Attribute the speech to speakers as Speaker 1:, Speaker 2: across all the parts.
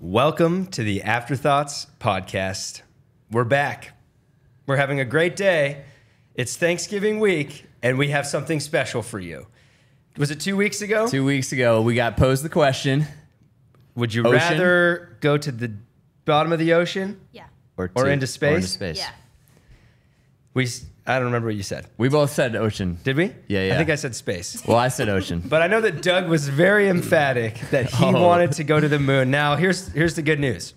Speaker 1: Welcome to the Afterthoughts podcast. We're back. We're having a great day. It's Thanksgiving week, and we have something special for you. Was it two weeks ago?
Speaker 2: Two weeks ago, we got posed the question.
Speaker 1: Would you
Speaker 2: Ocean?
Speaker 1: rather go to the bottom of the ocean?
Speaker 3: Yeah.
Speaker 1: Or into space?
Speaker 3: Yeah.
Speaker 1: We, s- I don't remember what you said.
Speaker 2: We both said ocean.
Speaker 1: Did we?
Speaker 2: Yeah, yeah.
Speaker 1: I think I said space.
Speaker 2: Well, I said ocean.
Speaker 1: But I know that Doug was very emphatic that he
Speaker 2: Oh.
Speaker 1: wanted to go to the moon. Now, here's here's the good news.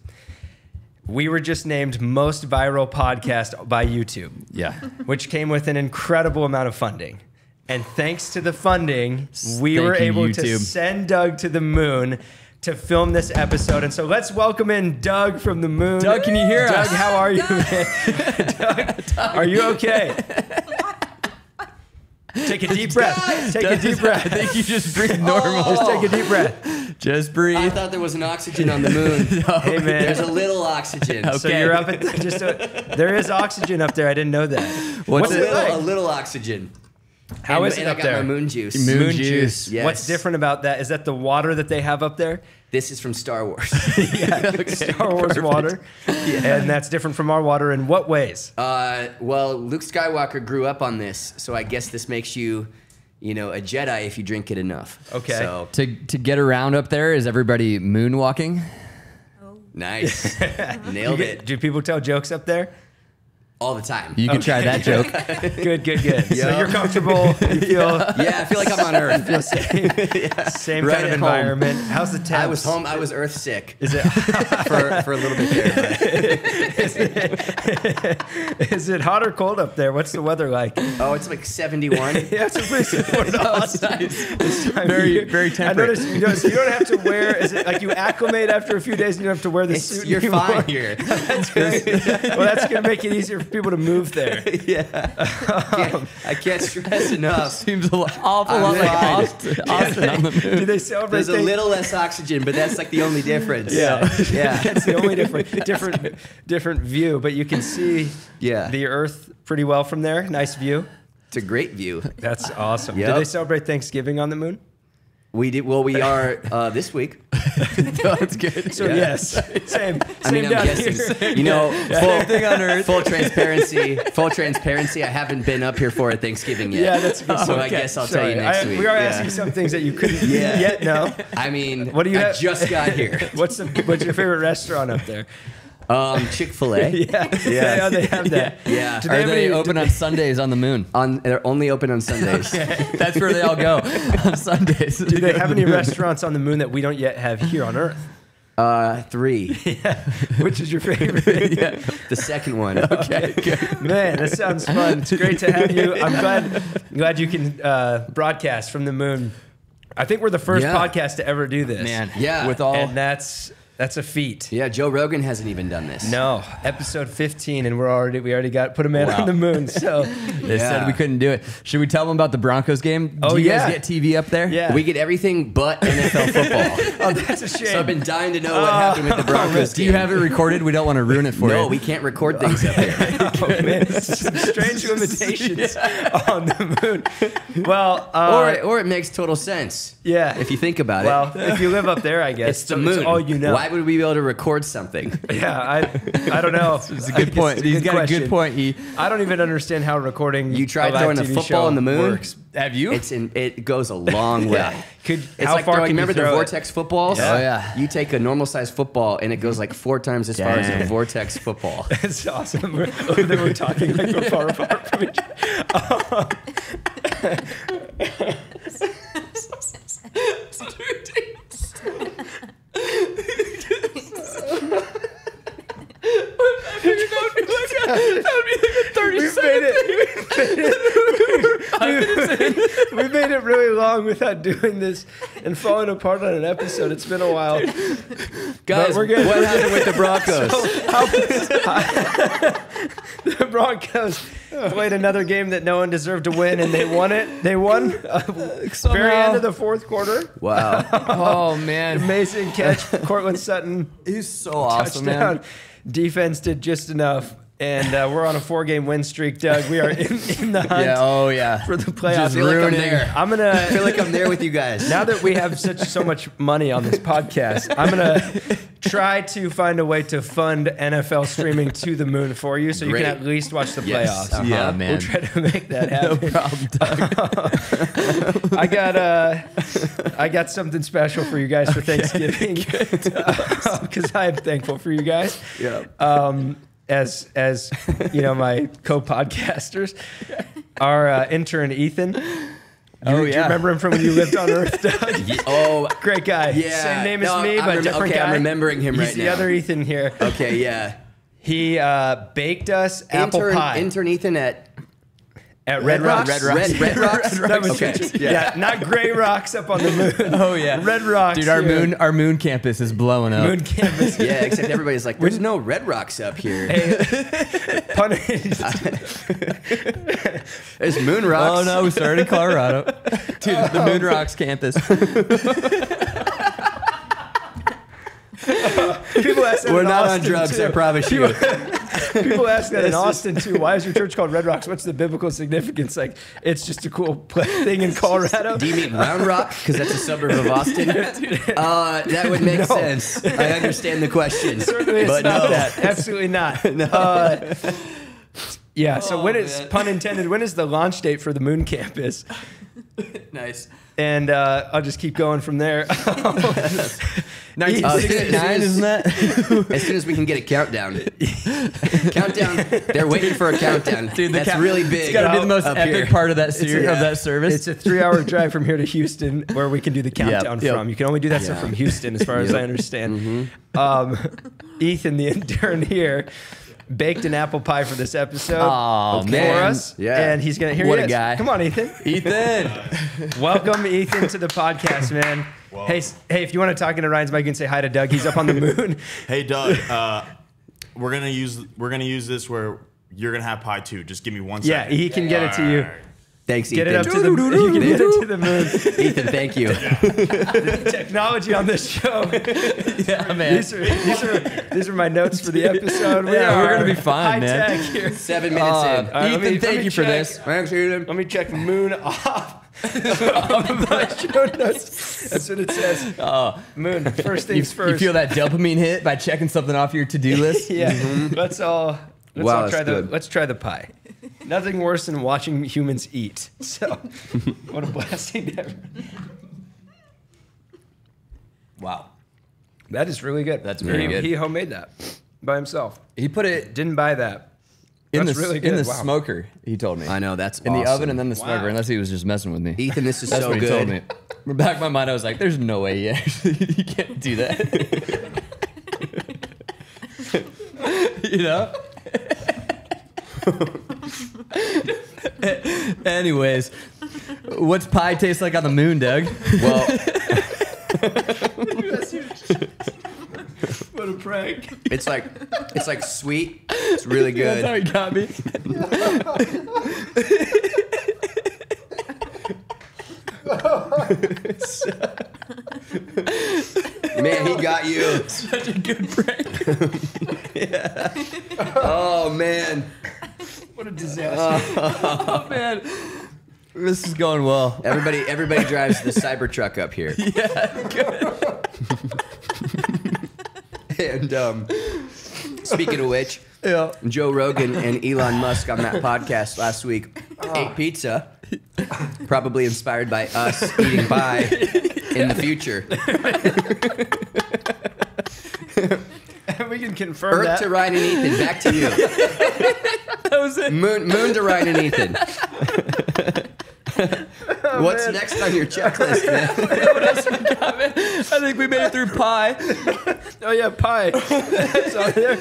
Speaker 1: We were just named most viral podcast by YouTube,
Speaker 2: yeah.
Speaker 1: which came with an incredible amount of funding. And thanks to the funding, we were
Speaker 2: Thank you,
Speaker 1: able to
Speaker 2: YouTube.
Speaker 1: send Doug to the moon to film this episode. And so let's welcome in Doug from the moon.
Speaker 2: Doug, can you hear
Speaker 1: Doug,
Speaker 2: us?
Speaker 1: how are you, man? Doug, are you okay? Take a deep breath. Take a deep breath. Oh.
Speaker 2: I think you just breathe normal.
Speaker 1: Just take a deep breath.
Speaker 2: Just
Speaker 4: I
Speaker 2: breathe.
Speaker 4: thought there was an oxygen on the moon.
Speaker 2: Oh.
Speaker 1: Hey
Speaker 4: There's a
Speaker 1: man.
Speaker 4: little oxygen.
Speaker 1: So
Speaker 2: Okay.
Speaker 1: you're up at just a, there is oxygen up there. I didn't know that.
Speaker 2: What's
Speaker 4: a,
Speaker 2: it
Speaker 4: little,
Speaker 1: like?
Speaker 4: a little oxygen.
Speaker 1: How
Speaker 4: and,
Speaker 1: is it
Speaker 4: and
Speaker 1: up
Speaker 4: I got
Speaker 1: there?
Speaker 4: my moon juice.
Speaker 2: Moon juice.
Speaker 4: Yes.
Speaker 1: What's different about that? Is that the water that they have up there?
Speaker 4: This is from Star Wars.
Speaker 1: Star Wars water. And that's different from our water in what ways?
Speaker 4: uh, well, Luke Skywalker grew up on this, so I guess this makes you, you know, a Jedi if you drink it enough.
Speaker 1: Okay.
Speaker 4: So
Speaker 2: To, to get around up there, is everybody moonwalking?
Speaker 4: nice, nailed it
Speaker 1: Do people tell jokes up there?
Speaker 4: all the time.
Speaker 2: You can try that joke.
Speaker 1: Good, good, good. So
Speaker 4: Yeah.
Speaker 1: you're comfortable. You feel
Speaker 4: yeah, I feel like I'm on Earth.
Speaker 1: same
Speaker 4: Right
Speaker 1: kind of
Speaker 4: at home.
Speaker 1: environment. How's the temps?
Speaker 4: I was home. I was Earth sick. Is it for, for a little bit there? but-
Speaker 1: Is it hot or cold up there? What's the weather like?
Speaker 4: oh, it's like 71.
Speaker 1: Yeah, it's a pretty similar to Austin. This time of
Speaker 2: Very-
Speaker 1: year.
Speaker 2: very
Speaker 1: I
Speaker 2: temperate.
Speaker 1: noticed you, notice you don't have to wear. Is it like you acclimate after a few days and you don't have to wear the
Speaker 4: It's,
Speaker 1: suit?
Speaker 4: you're
Speaker 1: anymore?
Speaker 4: fine here.
Speaker 1: well, that's gonna make it easier for people to move there.
Speaker 4: can't- I can't stress enough.
Speaker 2: Seems a lot, awful
Speaker 4: I'm
Speaker 2: lot like
Speaker 4: fine.
Speaker 2: Austin, Austin on the moon.
Speaker 1: Do they celebrate?
Speaker 4: There's a
Speaker 1: things?
Speaker 4: little less oxygen, but that's like the only difference.
Speaker 1: Yeah.
Speaker 4: Yeah.
Speaker 1: That's the only different, different, different view. But you can see
Speaker 4: Yeah.
Speaker 1: the Earth pretty well from there. Nice view.
Speaker 4: It's a great view.
Speaker 1: That's awesome. Do
Speaker 4: Yep.
Speaker 1: they celebrate Thanksgiving on the moon?
Speaker 4: We did well. We are uh, this week.
Speaker 2: That's good.
Speaker 1: So
Speaker 4: Yeah.
Speaker 1: yes, same, same
Speaker 4: I mean, I'm
Speaker 1: down
Speaker 4: guessing.
Speaker 1: here.
Speaker 4: You know,
Speaker 2: Same
Speaker 4: full,
Speaker 2: thing on Earth.
Speaker 4: full transparency. Full transparency. I haven't been up here for a Thanksgiving yet.
Speaker 1: Yeah, that's a good
Speaker 4: So I
Speaker 1: point.
Speaker 4: guess I'll
Speaker 1: Sorry.
Speaker 4: tell you next
Speaker 1: I-
Speaker 4: week.
Speaker 1: We are
Speaker 4: Yeah.
Speaker 1: asking some things that you couldn't
Speaker 4: Yeah.
Speaker 1: yet know.
Speaker 4: I mean,
Speaker 1: What do you
Speaker 4: I
Speaker 1: have-
Speaker 4: just got here.
Speaker 1: What's the, what's your favorite restaurant up there?
Speaker 4: Um, Chick Fil A.
Speaker 1: Yeah, yeah, they have that.
Speaker 4: Yeah.
Speaker 1: Do
Speaker 2: Are
Speaker 1: they have
Speaker 2: they
Speaker 1: any-
Speaker 2: open on Sundays on the moon?
Speaker 4: On they're only open on Sundays.
Speaker 2: That's where they all go on Sundays.
Speaker 1: Do they have any restaurants on the moon that we don't yet have here on Earth?
Speaker 4: Uh, three.
Speaker 1: Which is your favorite?
Speaker 4: The second one.
Speaker 2: Okay, good.
Speaker 1: Man, that sounds fun. It's great to have you. I'm glad glad you can uh, broadcast from the moon. I think we're the first
Speaker 4: Yeah.
Speaker 1: podcast to ever do this.
Speaker 2: Man,
Speaker 4: Yeah.
Speaker 2: With all
Speaker 1: and that's that's a feat.
Speaker 4: Yeah, Joe Rogan hasn't even done this.
Speaker 1: No, episode 15, and we're already we already got put a man
Speaker 2: Wow.
Speaker 1: on the moon. So
Speaker 2: They said
Speaker 4: Yeah.
Speaker 2: we couldn't do it. Should we tell them about the Broncos game?
Speaker 1: Oh,
Speaker 2: do you
Speaker 1: yeah.
Speaker 2: guys get TV up there?
Speaker 1: Yeah.
Speaker 4: We get everything but NFL football.
Speaker 1: oh, that's a shame.
Speaker 4: so I've been dying to know what happened with the Broncos.
Speaker 2: Oh. Do you have it recorded? We don't want to ruin it for you.
Speaker 4: No, we can't record things up there.
Speaker 1: Oh, man. Some strange limitations on the moon. Well, uh,
Speaker 4: Or, or it makes total sense.
Speaker 1: yeah.
Speaker 4: If you think about
Speaker 1: well,
Speaker 4: it.
Speaker 1: if you live up there, I guess
Speaker 4: It's the
Speaker 1: so
Speaker 4: moon.
Speaker 1: all you know.
Speaker 4: Why would we be able to record something?
Speaker 1: Yeah, I, I don't know.
Speaker 2: It's a
Speaker 1: I guess
Speaker 2: good point. He's got a
Speaker 1: question.
Speaker 2: good point. He,
Speaker 1: I don't even understand how recording.
Speaker 4: You tried
Speaker 1: a live
Speaker 4: throwing a
Speaker 1: TV
Speaker 4: football
Speaker 1: show
Speaker 4: on the moon?
Speaker 1: Works.
Speaker 2: have you?
Speaker 4: It's in, it goes a long way.
Speaker 1: Could
Speaker 4: It's
Speaker 1: how
Speaker 4: like
Speaker 1: far
Speaker 4: throwing,
Speaker 1: can
Speaker 4: remember
Speaker 1: you throw
Speaker 4: the
Speaker 1: it?
Speaker 4: vortex footballs?
Speaker 1: Yeah.
Speaker 2: Oh, yeah.
Speaker 4: You take a normal sized football and it goes like four times as far as
Speaker 2: Dang.
Speaker 4: a vortex football.
Speaker 1: That's awesome. We're, they were talking like we're far apart from each other. We've made it. We've, we've made it really long without doing this and falling apart on an episode. It's been a while.
Speaker 4: Guys,
Speaker 1: we're good.
Speaker 4: what happened with the Broncos?
Speaker 1: The Broncos played another game that no one deserved to win, and they won it. They won at the very end of the fourth quarter.
Speaker 4: wow.
Speaker 2: oh man,
Speaker 1: Amazing catch, Cortland Sutton
Speaker 4: He's so awesome,
Speaker 1: touchdown. Defense did just enough. and uh, we're on a four-game win streak, Doug. We are in, in the hunt
Speaker 4: Yeah. Oh yeah.
Speaker 1: for the playoffs.
Speaker 4: Just feel like I'm there.
Speaker 1: I'm gonna
Speaker 4: I feel like I'm there with you guys.
Speaker 1: now that we have such so much money on this podcast, I'm gonna try to find a way to fund NFL streaming to the moon for you, so you
Speaker 4: Great.
Speaker 1: can at least watch the
Speaker 4: Yes.
Speaker 1: playoffs.
Speaker 2: Yeah,
Speaker 4: Uh-huh.
Speaker 2: man.
Speaker 1: We'll try to make that
Speaker 2: no
Speaker 1: happen.
Speaker 2: problem. Doug.
Speaker 1: I got uh, I got something special for you guys for Thanksgiving because I am thankful for you guys.
Speaker 4: Yeah.
Speaker 1: Um, as as you know, my co-podcasters, our uh, intern Ethan. You,
Speaker 4: Oh,
Speaker 1: do you
Speaker 4: yeah.
Speaker 1: remember him from when you lived on Earth, Doug?
Speaker 4: Ye- oh
Speaker 1: Great guy.
Speaker 4: yeah.
Speaker 1: Same name
Speaker 4: No,
Speaker 1: as me,
Speaker 4: I'm
Speaker 1: but
Speaker 4: rem-
Speaker 1: different
Speaker 4: okay,
Speaker 1: guy.
Speaker 4: I'm remembering him
Speaker 1: He's
Speaker 4: right
Speaker 1: the
Speaker 4: now.
Speaker 1: other Ethan here.
Speaker 4: Okay. Yeah.
Speaker 1: He uh, baked us apple
Speaker 4: intern,
Speaker 1: pie
Speaker 4: intern Ethan at
Speaker 1: at Red, Rocks.
Speaker 4: Red Rocks. Red, Red Rocks.
Speaker 1: That was
Speaker 4: okay.
Speaker 1: yeah. not gray rocks up on the moon.
Speaker 2: Oh yeah,
Speaker 1: Red Rocks.
Speaker 2: dude. Our
Speaker 1: here.
Speaker 2: moon, our moon campus is blowing up.
Speaker 1: moon campus.
Speaker 4: Yeah, except everybody's like, there's no Red Rocks up here.
Speaker 1: Pun-
Speaker 4: There's Moon Rocks.
Speaker 2: Oh no, we started in Colorado. Dude, the Moon Rocks campus.
Speaker 1: People ask that
Speaker 4: We're
Speaker 1: in
Speaker 4: not on
Speaker 1: Austin,
Speaker 4: drugs,
Speaker 1: too.
Speaker 4: I promise you.
Speaker 1: People ask that in
Speaker 4: This is-
Speaker 1: Austin too. Why is your church called Red Rocks? What's the biblical significance? Like, it's just a cool pla- thing in Colorado.
Speaker 4: Do you mean Round Rock? Because that's a suburb of Austin. Uh, that would make
Speaker 1: No.
Speaker 4: sense. I understand the question.
Speaker 1: Certainly it's
Speaker 4: but
Speaker 1: not
Speaker 4: no.
Speaker 1: that. Absolutely not. Uh, yeah. so
Speaker 4: Oh,
Speaker 1: when is
Speaker 4: man.
Speaker 1: pun intended? When is the launch date for the Moon Campus?
Speaker 4: Nice.
Speaker 1: And uh, I'll just keep going from there.
Speaker 4: Uh,
Speaker 2: 1969, isn't that?
Speaker 4: As soon as we can get a countdown. countdown. They're waiting for a countdown.
Speaker 2: Dude, the
Speaker 4: that's
Speaker 2: count-
Speaker 4: really big.
Speaker 2: It's got to be the most
Speaker 4: up
Speaker 2: epic
Speaker 4: here.
Speaker 2: part of that ser-
Speaker 4: yeah.
Speaker 2: of that service.
Speaker 1: It's a three-hour drive from here to Houston, where we can do the countdown
Speaker 2: yep.
Speaker 1: from. You can only do that stuff
Speaker 4: Yeah.
Speaker 1: from Houston, as far as I
Speaker 4: Yep.
Speaker 1: understand.
Speaker 2: Mm-hmm.
Speaker 1: Um, Ethan, the intern here, baked an apple pie for this episode
Speaker 2: Aw,
Speaker 1: for
Speaker 2: man.
Speaker 1: us,
Speaker 4: Yeah.
Speaker 1: and he's gonna hear
Speaker 2: What
Speaker 1: he
Speaker 2: a
Speaker 1: is.
Speaker 2: guy.
Speaker 1: Come on, Ethan.
Speaker 2: Ethan.
Speaker 1: Welcome, Ethan, to the podcast, man. Hey, s- hey, if you want to talk into Ryan's mic, you can say hi to Doug. He's up on the moon.
Speaker 3: Hey Doug, uh, we're gonna use we're gonna use this where you're gonna have pie too. Just give me one
Speaker 1: yeah,
Speaker 3: second.
Speaker 1: he can get it to you.
Speaker 3: Alright.
Speaker 4: Thanks,
Speaker 1: Get it
Speaker 4: Ethan.
Speaker 1: up to the you can get it to the moon.
Speaker 4: Ethan, thank you.
Speaker 1: Technology on this show.
Speaker 2: yeah, man.
Speaker 1: These are, these are these are my notes for the episode. We
Speaker 2: Yeah,
Speaker 1: are
Speaker 2: we're gonna be fine,
Speaker 1: high
Speaker 2: man.
Speaker 1: Tech here.
Speaker 4: Seven minutes
Speaker 2: Uh,
Speaker 4: in.
Speaker 1: right, let
Speaker 2: Ethan,
Speaker 1: me- let
Speaker 2: thank
Speaker 1: me
Speaker 2: you for
Speaker 1: check.
Speaker 2: this.
Speaker 4: Thanks, Ethan.
Speaker 1: Let me check moon off. of my show notes. That's what it says. moon. First things
Speaker 2: Oh. You
Speaker 1: first.
Speaker 2: feel that dopamine hit by checking something off your to-do list?
Speaker 1: Yeah.
Speaker 2: Mm-hmm.
Speaker 1: Let's all let's
Speaker 4: Wow,
Speaker 1: all try
Speaker 4: that's
Speaker 1: the
Speaker 4: good.
Speaker 1: let's try the pie. Nothing worse than watching humans eat. So what a blessing to have.
Speaker 2: Wow.
Speaker 1: That is really good.
Speaker 2: That's very
Speaker 1: he,
Speaker 2: good.
Speaker 1: He homemade that by himself.
Speaker 2: He put it
Speaker 1: Didn't buy that.
Speaker 2: in
Speaker 1: That's
Speaker 2: the
Speaker 1: really
Speaker 2: in
Speaker 1: good.
Speaker 2: the
Speaker 1: Wow.
Speaker 2: smoker. He told me.
Speaker 4: I know that's
Speaker 2: in the
Speaker 4: awesome.
Speaker 2: oven and then the smoker,
Speaker 1: Wow.
Speaker 2: unless he was just messing with me.
Speaker 4: Ethan, this is
Speaker 2: That's
Speaker 4: so
Speaker 2: what he
Speaker 4: good.
Speaker 2: told me. In the back of my mind, I was like, "There's no way he actually he can't do that." you know. Anyways, what's pie taste like on the moon, Doug?
Speaker 4: Well,
Speaker 1: What a prank.
Speaker 4: it's like it's like sweet. It's really
Speaker 2: That's how
Speaker 4: good.
Speaker 2: he got me.
Speaker 4: Man, he got you.
Speaker 2: Such a good prank.
Speaker 4: Oh man.
Speaker 1: What a disaster.
Speaker 2: Oh man, this is going well.
Speaker 4: Everybody everybody drives the Cybertruck up here.
Speaker 2: Yeah, good.
Speaker 4: And um, speaking of which,
Speaker 2: Yeah.
Speaker 4: Joe Rogan and Elon Musk on that podcast last week ate pizza, probably inspired by us eating pie in the future.
Speaker 1: we can confirm
Speaker 4: Earth
Speaker 1: that.
Speaker 4: to Ryan and Ethan, back to you.
Speaker 2: That was it.
Speaker 4: Moon, moon to Ryan and Ethan.
Speaker 1: Oh,
Speaker 4: What's next on your checklist, man?
Speaker 2: I think we made it through pie.
Speaker 1: Oh yeah, pie. That's on there.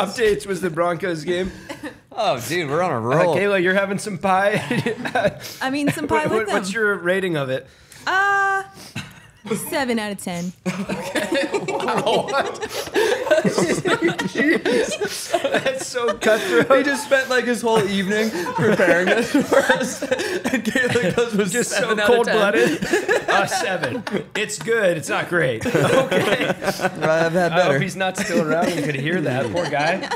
Speaker 1: Updates was the Broncos game.
Speaker 2: Oh, dude, we're on a
Speaker 1: Uh,
Speaker 2: roll.
Speaker 1: Kayla, you're having some pie.
Speaker 5: I mean, some pie
Speaker 1: What-
Speaker 5: with them.
Speaker 1: what's your rating of it?
Speaker 5: uh, seven out of ten.
Speaker 1: That's so cutthroat.
Speaker 2: He just spent like his whole evening preparing this for us. And Kayla goes with
Speaker 1: Just so
Speaker 2: seven out of
Speaker 1: cold
Speaker 2: 10.
Speaker 1: blooded. A seven. It's good. It's not great. Okay.
Speaker 2: I've had
Speaker 1: I hope
Speaker 2: better.
Speaker 1: he's not still around and could hear that. Poor guy.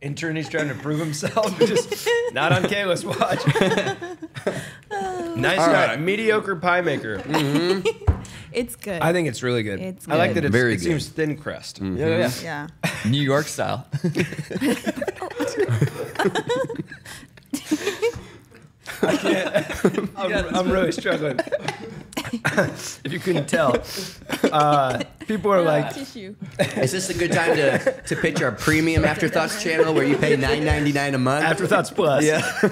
Speaker 1: intern he's trying to prove himself. Just not on Kayla's watch. nice guy,
Speaker 4: right.
Speaker 1: mediocre pie maker.
Speaker 5: It's good.
Speaker 1: I think it's really good.
Speaker 5: It's
Speaker 1: I like
Speaker 5: good.
Speaker 1: that it's,
Speaker 4: Very
Speaker 1: it
Speaker 4: good.
Speaker 1: seems thin crust.
Speaker 2: Yeah, yeah.
Speaker 5: yeah.
Speaker 2: New York style.
Speaker 1: I'm, I'm really struggling. if you couldn't tell, uh, people are like,
Speaker 5: tissue.
Speaker 4: Is this a good time to, to pitch our premium Afterthoughts channel where you pay nine ninety nine a month?
Speaker 1: Afterthoughts Plus.
Speaker 4: yeah,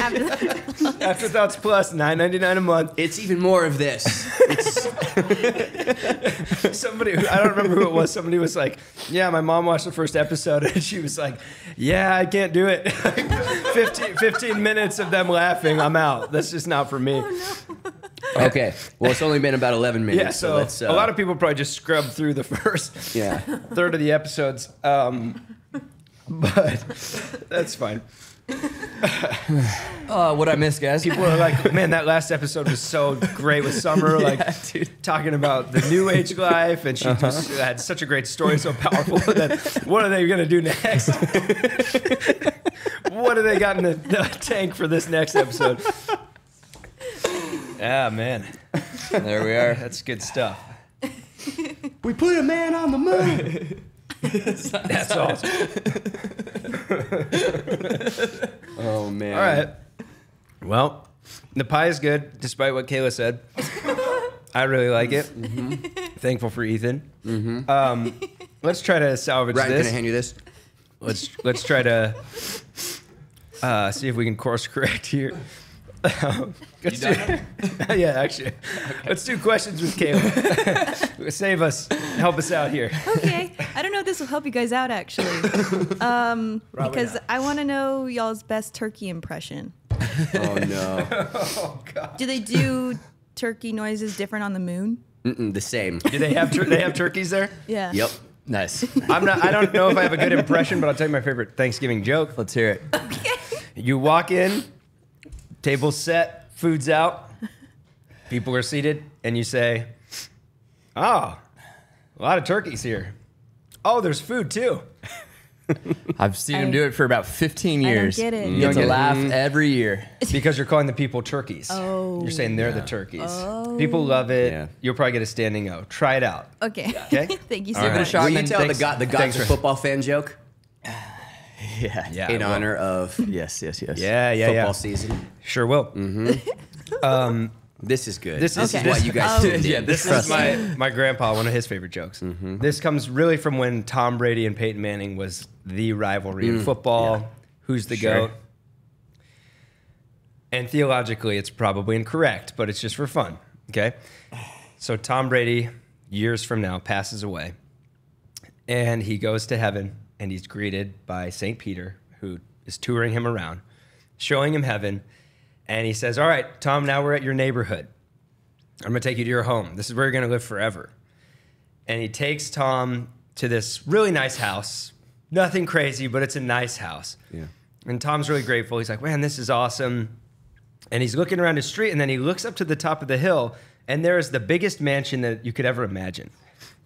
Speaker 5: After-
Speaker 1: Afterthoughts Plus, nine ninety nine a month.
Speaker 4: it's even more of this. It's
Speaker 1: Somebody, who- I don't remember who it was. Somebody was like, "Yeah, my mom watched the first episode, and she was like, yeah, I can't do it. 15, 15 minutes of them laughing, I'm out. That's just not for me.'
Speaker 4: okay. Well, it's only been about eleven minutes.
Speaker 1: Yeah, so,
Speaker 4: let's, uh,
Speaker 1: a lot of people probably just scrub through the first
Speaker 4: yeah.
Speaker 1: third of the episodes. Um, but that's fine.
Speaker 2: Uh, what I miss, guys?
Speaker 1: People are like, man, that last episode was so great with Summer, like talking about the new age life, and she
Speaker 4: Uh-huh.
Speaker 1: just had such a great story, so powerful. That what are they gonna do next? what do they got in the, the tank for this next episode? Ah, man,
Speaker 2: There we are.
Speaker 1: that's good stuff.
Speaker 4: We put a man on the moon.
Speaker 1: That's awesome.
Speaker 4: Oh man.
Speaker 1: All right. Well, the pie is good, despite what Kayla said. I really like it.
Speaker 4: Mm-hmm.
Speaker 1: Thankful for Ethan. Um, let's try to salvage
Speaker 4: Ryan,
Speaker 1: this.
Speaker 4: can I hand you this?
Speaker 1: let's let's try to uh, see if we can course correct here. Let's do- yeah, actually, let's do questions with Caleb. Save us, help us out here.
Speaker 5: okay. I don't know if this will help you guys out actually, um, because I want to know y'all's best turkey impression.
Speaker 4: Oh no.
Speaker 5: Do they do turkey noises different on the moon?
Speaker 4: Mm-mm, Mm, the same.
Speaker 1: Do they have tur- they have turkeys there?
Speaker 5: Yeah.
Speaker 4: Yep. Nice.
Speaker 1: I'm not. I don't know if I have a good impression, but I'll tell you my favorite Thanksgiving joke.
Speaker 2: Let's hear it.
Speaker 1: You walk in, table set, food's out, people are seated, and you say, "Oh, a lot of turkeys here. Oh, there's food too."
Speaker 2: I've seen
Speaker 5: I-
Speaker 2: him do it for about 15
Speaker 5: I don't
Speaker 2: years.
Speaker 5: get it.
Speaker 2: You
Speaker 5: You
Speaker 2: get
Speaker 1: don't
Speaker 2: to
Speaker 1: get it.
Speaker 2: laugh every year.
Speaker 1: Because you're calling the people turkeys.
Speaker 5: Oh.
Speaker 1: You're saying they're the turkeys. People love it.
Speaker 4: Yeah.
Speaker 1: You'll probably get a standing O. Try it out.
Speaker 5: Okay.
Speaker 1: Okay.
Speaker 5: Thank you so
Speaker 1: All right.
Speaker 5: much.
Speaker 2: shot.
Speaker 4: Will you
Speaker 2: Thanks-
Speaker 4: tell the God the God's
Speaker 1: thanks
Speaker 4: a
Speaker 1: for-
Speaker 4: football fan joke
Speaker 2: Yeah.
Speaker 1: Yeah.
Speaker 4: in
Speaker 1: well,
Speaker 4: honor of
Speaker 2: Yes, yes, yes.
Speaker 1: Yeah, yeah,
Speaker 4: football
Speaker 1: yeah.
Speaker 4: season? Mm-hmm.
Speaker 1: Sure will.
Speaker 4: This is good.
Speaker 1: This is-
Speaker 5: Okay.
Speaker 4: what you guys
Speaker 5: Oh.
Speaker 4: did.
Speaker 2: Yeah, this is
Speaker 4: Trust me. Mm-hmm.
Speaker 1: My my grandpa, one of his favorite jokes. This comes really from when Tom Brady and Peyton Manning was the rivalry in football. Who's the
Speaker 4: Mm, Sure.
Speaker 1: goat? And theologically, it's probably incorrect, but it's just for fun. Okay. So Tom Brady, years from now, passes away, and he goes to heaven, and he's greeted by Saint Peter, who is touring him around, showing him heaven, and he says, "All right, Tom, now we're at your neighborhood." I'm gonna take you to your home. This is where you're gonna live forever. And he takes Tom to this really nice house. Nothing crazy, but it's a nice house. Yeah. And Tom's really grateful. He's like, man, this is awesome. And he's looking around his street, and then he looks up to the top of the hill, and there is the biggest mansion that you could ever imagine.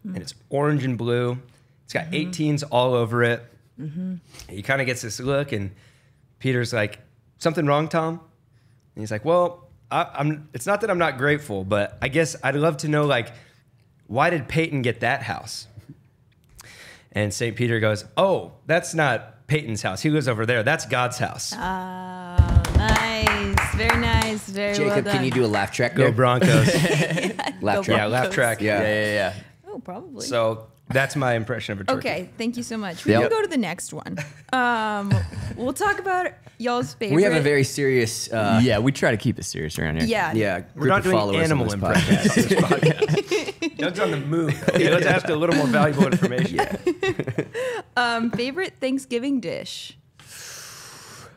Speaker 1: And it's orange and blue. It's got 18s all over it. He kind of gets this look, and Peter's like, something wrong, Tom? And he's like, "Well, I, I'm. It's not that I'm not grateful, but I guess I'd love to know like, why did Peyton get that house?" And Saint Peter goes, "Oh, that's not Peyton's house. He lives over there. That's God's house.
Speaker 5: Oh, nice. Very nice. Very well
Speaker 4: Jacob,
Speaker 5: done.
Speaker 4: can you do a laugh track?
Speaker 1: Go
Speaker 4: there?
Speaker 1: Broncos!
Speaker 4: laugh
Speaker 5: Go
Speaker 1: yeah,
Speaker 4: track.
Speaker 1: laugh track.
Speaker 4: Yeah.
Speaker 2: Yeah, yeah, yeah.
Speaker 5: Oh, probably.
Speaker 1: So that's my impression of a turkey.
Speaker 5: okay. Thank you so much. We
Speaker 2: Yep.
Speaker 5: can go to the next one. Um, we'll talk about y'all's favorite.
Speaker 4: We have a very serious. Uh,
Speaker 2: yeah, we try to keep it serious around here.
Speaker 5: yeah.
Speaker 4: yeah, group
Speaker 1: We're not
Speaker 4: of
Speaker 1: doing
Speaker 4: followers
Speaker 1: animal
Speaker 4: on this podcast.
Speaker 1: impressions. on this podcast. Doug's on the move. Okay, let's ask a little more valuable information.
Speaker 5: Um, favorite Thanksgiving dish.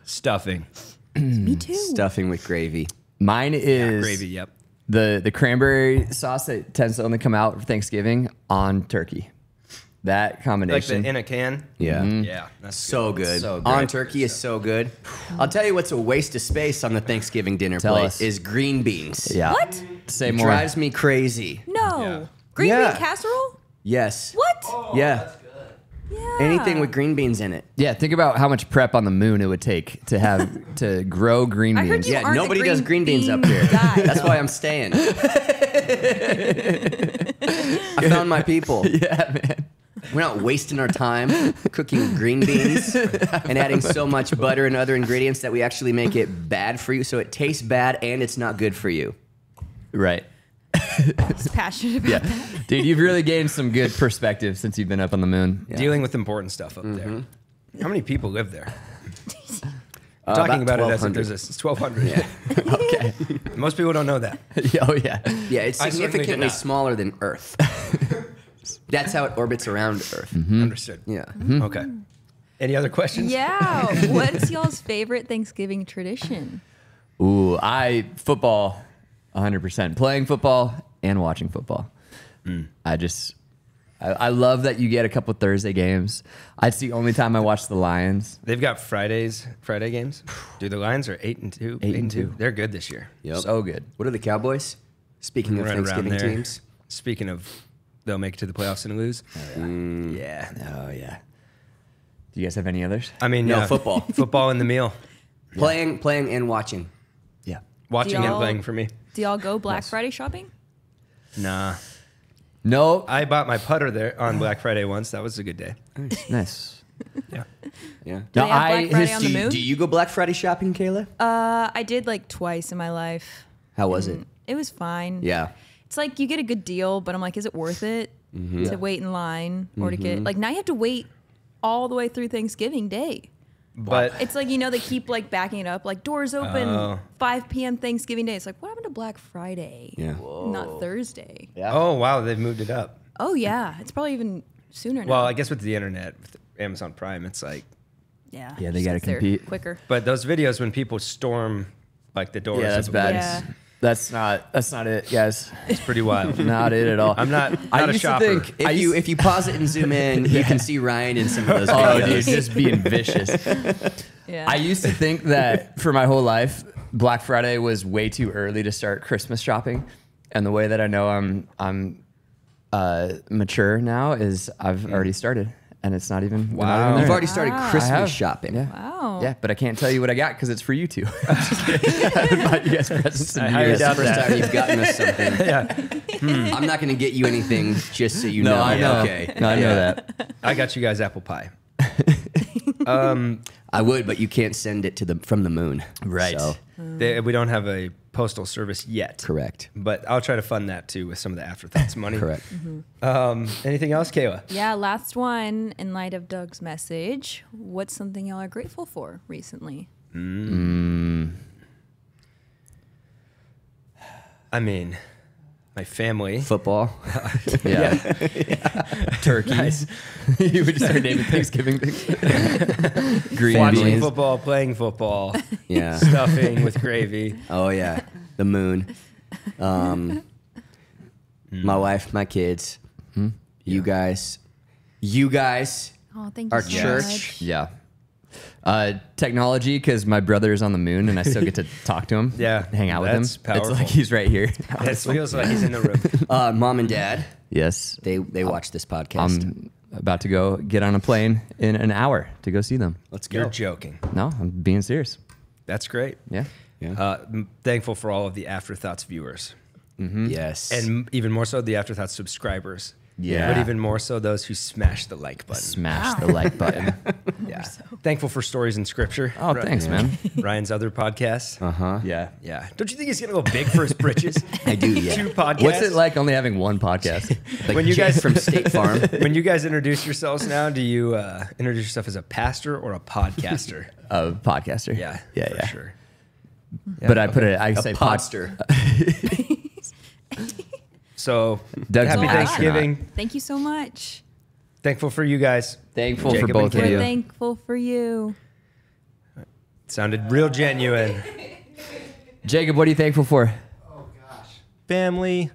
Speaker 1: Stuffing,
Speaker 5: Me too.
Speaker 4: Stuffing with gravy.
Speaker 2: Mine is
Speaker 1: gravy. Yep.
Speaker 2: the the cranberry sauce that tends to only come out for Thanksgiving on turkey. That
Speaker 1: Like the,
Speaker 2: combination. Mm-hmm.
Speaker 1: in a can.
Speaker 4: Yeah.
Speaker 1: Yeah. That's
Speaker 4: So good.
Speaker 1: So good.
Speaker 4: On turkey is so good. I'll tell you what's a waste of space on the Thanksgiving dinner
Speaker 2: Tell
Speaker 4: plate
Speaker 2: us.
Speaker 4: is green beans.
Speaker 2: yeah.
Speaker 5: What?
Speaker 2: Say more.
Speaker 4: Drives me crazy.
Speaker 5: No. Green
Speaker 4: Yeah.
Speaker 5: bean casserole?
Speaker 4: Yes.
Speaker 5: What?
Speaker 4: Yeah.
Speaker 5: Yeah.
Speaker 4: Anything with green beans in it.
Speaker 2: Yeah, think about how much prep on the moon it would take to have to grow green
Speaker 5: I heard
Speaker 2: beans.
Speaker 5: you
Speaker 4: Yeah,
Speaker 5: aren't a
Speaker 4: nobody does green beans up
Speaker 5: bean
Speaker 4: here.
Speaker 5: guy,
Speaker 4: That's
Speaker 5: though.
Speaker 4: why I'm staying. I found my people.
Speaker 2: yeah, man.
Speaker 4: We're not wasting our time cooking green beans and adding so much butter and other ingredients that we actually make it bad for you. So it tastes bad and it's not good for you.
Speaker 2: Right.
Speaker 5: He's passionate about
Speaker 2: Yeah.
Speaker 5: that.
Speaker 2: Dude, you've really gained some good perspective since you've been up on the moon.
Speaker 1: Dealing with important stuff up there. How many people live there? We're talking
Speaker 4: about
Speaker 1: Mm-hmm. Uh, about, it as if
Speaker 4: 1,200.
Speaker 1: there's a, it's 1,200. okay. Most people don't know that.
Speaker 2: Yeah, oh, yeah.
Speaker 4: Yeah, it's
Speaker 1: I certainly did
Speaker 4: significantly
Speaker 1: not.
Speaker 4: smaller than Earth. That's how it orbits around Earth.
Speaker 1: Mm-hmm. Understood.
Speaker 4: Yeah.
Speaker 1: Okay. Any other questions?
Speaker 5: Yeah. What's y'all's favorite Thanksgiving tradition?
Speaker 2: Ooh, I football 100%. Playing football and watching football.
Speaker 5: Hmm.
Speaker 2: I just, I, I love that you get a couple Thursday games. It's the only time I watch the Lions.
Speaker 1: They've got Fridays, Friday games. Dude, the Lions are eight and two. Eight, and 2 two. They're good this year.
Speaker 2: So good.
Speaker 4: What are the Cowboys? Speaking of
Speaker 1: Right around
Speaker 4: Thanksgiving
Speaker 1: there.
Speaker 4: teams.
Speaker 1: Speaking of, they'll make it to the playoffs and lose. Oh, Mm. yeah.
Speaker 2: Oh, yeah. Do you guys have any others?
Speaker 1: I mean,
Speaker 4: No,
Speaker 1: yeah,
Speaker 4: football.
Speaker 1: football and the meal.
Speaker 4: Playing, playing, and watching.
Speaker 2: Yeah.
Speaker 1: Watching and
Speaker 5: y'all-
Speaker 1: playing for me.
Speaker 5: Do y'all go Black Friday shopping?
Speaker 1: Nah.
Speaker 2: No.
Speaker 1: I bought my putter there on Black Friday once. That was a good day.
Speaker 2: nice.
Speaker 1: Yeah.
Speaker 4: Yeah.
Speaker 5: Do
Speaker 2: No,
Speaker 5: they have
Speaker 2: I-
Speaker 5: Black Friday
Speaker 2: his-
Speaker 5: on
Speaker 4: Do
Speaker 5: the
Speaker 4: you,
Speaker 5: moon?
Speaker 4: do you go Black Friday shopping, Kayla?
Speaker 5: uh, I did like twice in my life. Mm,
Speaker 4: How was it?
Speaker 5: It was fine.
Speaker 4: Yeah.
Speaker 5: It's like you get a good deal, but I'm like, is it worth it to wait in line or to get like now you have to wait all the way through Thanksgiving Day.
Speaker 1: But
Speaker 5: It's like you know they keep like backing it up, like doors open
Speaker 1: Oh.
Speaker 5: 5 p.m. Thanksgiving Day. It's like what happened to Black Friday?
Speaker 4: Yeah.
Speaker 5: Not Thursday.
Speaker 1: oh wow, they've moved it up.
Speaker 5: Oh yeah, it's probably even sooner. now.
Speaker 1: Well, I guess with the internet, with Amazon Prime, it's like.
Speaker 5: yeah,
Speaker 2: Yeah, they
Speaker 5: just
Speaker 2: gotta
Speaker 5: gets there
Speaker 2: compete.
Speaker 5: quicker.
Speaker 1: But those videos when people storm like the doors,
Speaker 2: Yeah, that's
Speaker 1: of the
Speaker 2: bad.
Speaker 5: Yeah.
Speaker 2: That's not. That's not it, guys.
Speaker 1: place, It's pretty wild.
Speaker 2: Not it at all.
Speaker 1: I'm not. Not
Speaker 2: I
Speaker 1: a
Speaker 2: used to
Speaker 1: shopper.
Speaker 2: think-
Speaker 4: If
Speaker 2: I
Speaker 4: you
Speaker 2: used-
Speaker 4: if you pause it and zoom in, you can see Ryan in some of those
Speaker 2: Oh,
Speaker 4: videos.
Speaker 2: dude, just being vicious.
Speaker 5: Yeah.
Speaker 2: I used to think that for my whole life, Black Friday was way too early to start Christmas shopping. And the way that I know I'm I'm uh, mature now is I've already started, and it's not even. we're not
Speaker 1: Wow.
Speaker 2: even
Speaker 4: You've
Speaker 2: there.
Speaker 4: already started
Speaker 5: Wow.
Speaker 2: I
Speaker 4: Christmas
Speaker 2: have.
Speaker 4: shopping.
Speaker 2: Yeah.
Speaker 5: wow.
Speaker 2: Yeah, but I can't tell you what I got because it's for you two. I'm just kidding. I bought you guys presents in
Speaker 1: I hired
Speaker 2: years.
Speaker 4: That's
Speaker 1: out
Speaker 4: the first
Speaker 1: that. Hmm.
Speaker 4: time you've gotten us something. I'm not going to get you anything, just so you
Speaker 2: No,
Speaker 4: know.
Speaker 2: I know.
Speaker 4: Okay.
Speaker 2: No, I know
Speaker 4: Yeah.
Speaker 2: that.
Speaker 1: I got you guys apple pie.
Speaker 4: I would, but you can't send it to the from the moon.
Speaker 2: Right.
Speaker 4: So,
Speaker 2: Oh.
Speaker 1: They, we don't have a postal service yet.
Speaker 4: correct.
Speaker 1: But I'll try to fund that too with some of the afterthoughts money.
Speaker 4: Correct.
Speaker 1: Um, anything else, Kayla?
Speaker 5: Yeah, last one in light of Doug's message. What's something y'all are grateful for recently?
Speaker 1: I mean, my family.
Speaker 4: Football.
Speaker 2: Yeah. Turkeys. you would just start naming Thanksgiving things. Green
Speaker 1: Watching
Speaker 2: beans.
Speaker 1: football, playing football,
Speaker 4: Yeah.
Speaker 1: stuffing with gravy.
Speaker 4: Oh yeah. The moon. Um,
Speaker 2: Hmm.
Speaker 4: my wife, my kids, you guys, you guys.
Speaker 5: Oh, thank you
Speaker 4: Our
Speaker 5: so
Speaker 4: church.
Speaker 5: much.
Speaker 2: Yeah. Uh, technology, because my brother is on the moon and I still get to talk to him.
Speaker 1: Yeah,
Speaker 2: Hang out with him.
Speaker 1: that's powerful.
Speaker 2: It's like he's right here.
Speaker 1: It feels like he's in the room.
Speaker 4: Uh, mom and dad.
Speaker 2: yes.
Speaker 4: They they watch this podcast.
Speaker 2: I'm about to go get on a plane in an hour to go see them.
Speaker 4: Let's go.
Speaker 1: You're joking.
Speaker 2: No, I'm being serious.
Speaker 1: That's great.
Speaker 2: Yeah.
Speaker 1: Uh, m- thankful for all of the afterthoughts viewers.
Speaker 2: um,
Speaker 4: Yes.
Speaker 1: And m- even more so, the Afterthought subscribers.
Speaker 2: Yeah.
Speaker 1: But even more so, those who smash the like button.
Speaker 2: Smash
Speaker 5: Wow.
Speaker 2: the like button.
Speaker 1: yeah. Thankful for stories in scripture.
Speaker 2: Oh, thanks, man.
Speaker 1: Ryan's other podcast.
Speaker 4: uh huh.
Speaker 2: Yeah.
Speaker 1: Yeah. Don't you think he's getting a little big for his britches?
Speaker 4: I do.
Speaker 1: Two
Speaker 4: Yeah.
Speaker 1: podcasts.
Speaker 2: What's it like only having one podcast?
Speaker 4: Like
Speaker 1: When you
Speaker 4: Jay
Speaker 1: guys-
Speaker 4: from State Farm.
Speaker 1: When you guys introduce yourselves now, do you uh, introduce yourself as a pastor or a podcaster?
Speaker 2: A podcaster.
Speaker 1: Yeah.
Speaker 2: Yeah.
Speaker 1: For
Speaker 2: yeah.
Speaker 1: sure.
Speaker 2: But I put it, I say pod-
Speaker 4: Podster.
Speaker 1: So,
Speaker 2: Doug's
Speaker 1: happy
Speaker 5: an astronaut.
Speaker 1: Thanksgiving.
Speaker 5: Thank you so much.
Speaker 1: Thankful for you guys.
Speaker 2: Thankful
Speaker 1: Jacob
Speaker 2: for
Speaker 1: and
Speaker 2: both of
Speaker 1: Kayla.
Speaker 5: We're
Speaker 2: you.
Speaker 5: thankful for you.
Speaker 1: Sounded real genuine.
Speaker 2: Jacob, what are you thankful for?
Speaker 6: family.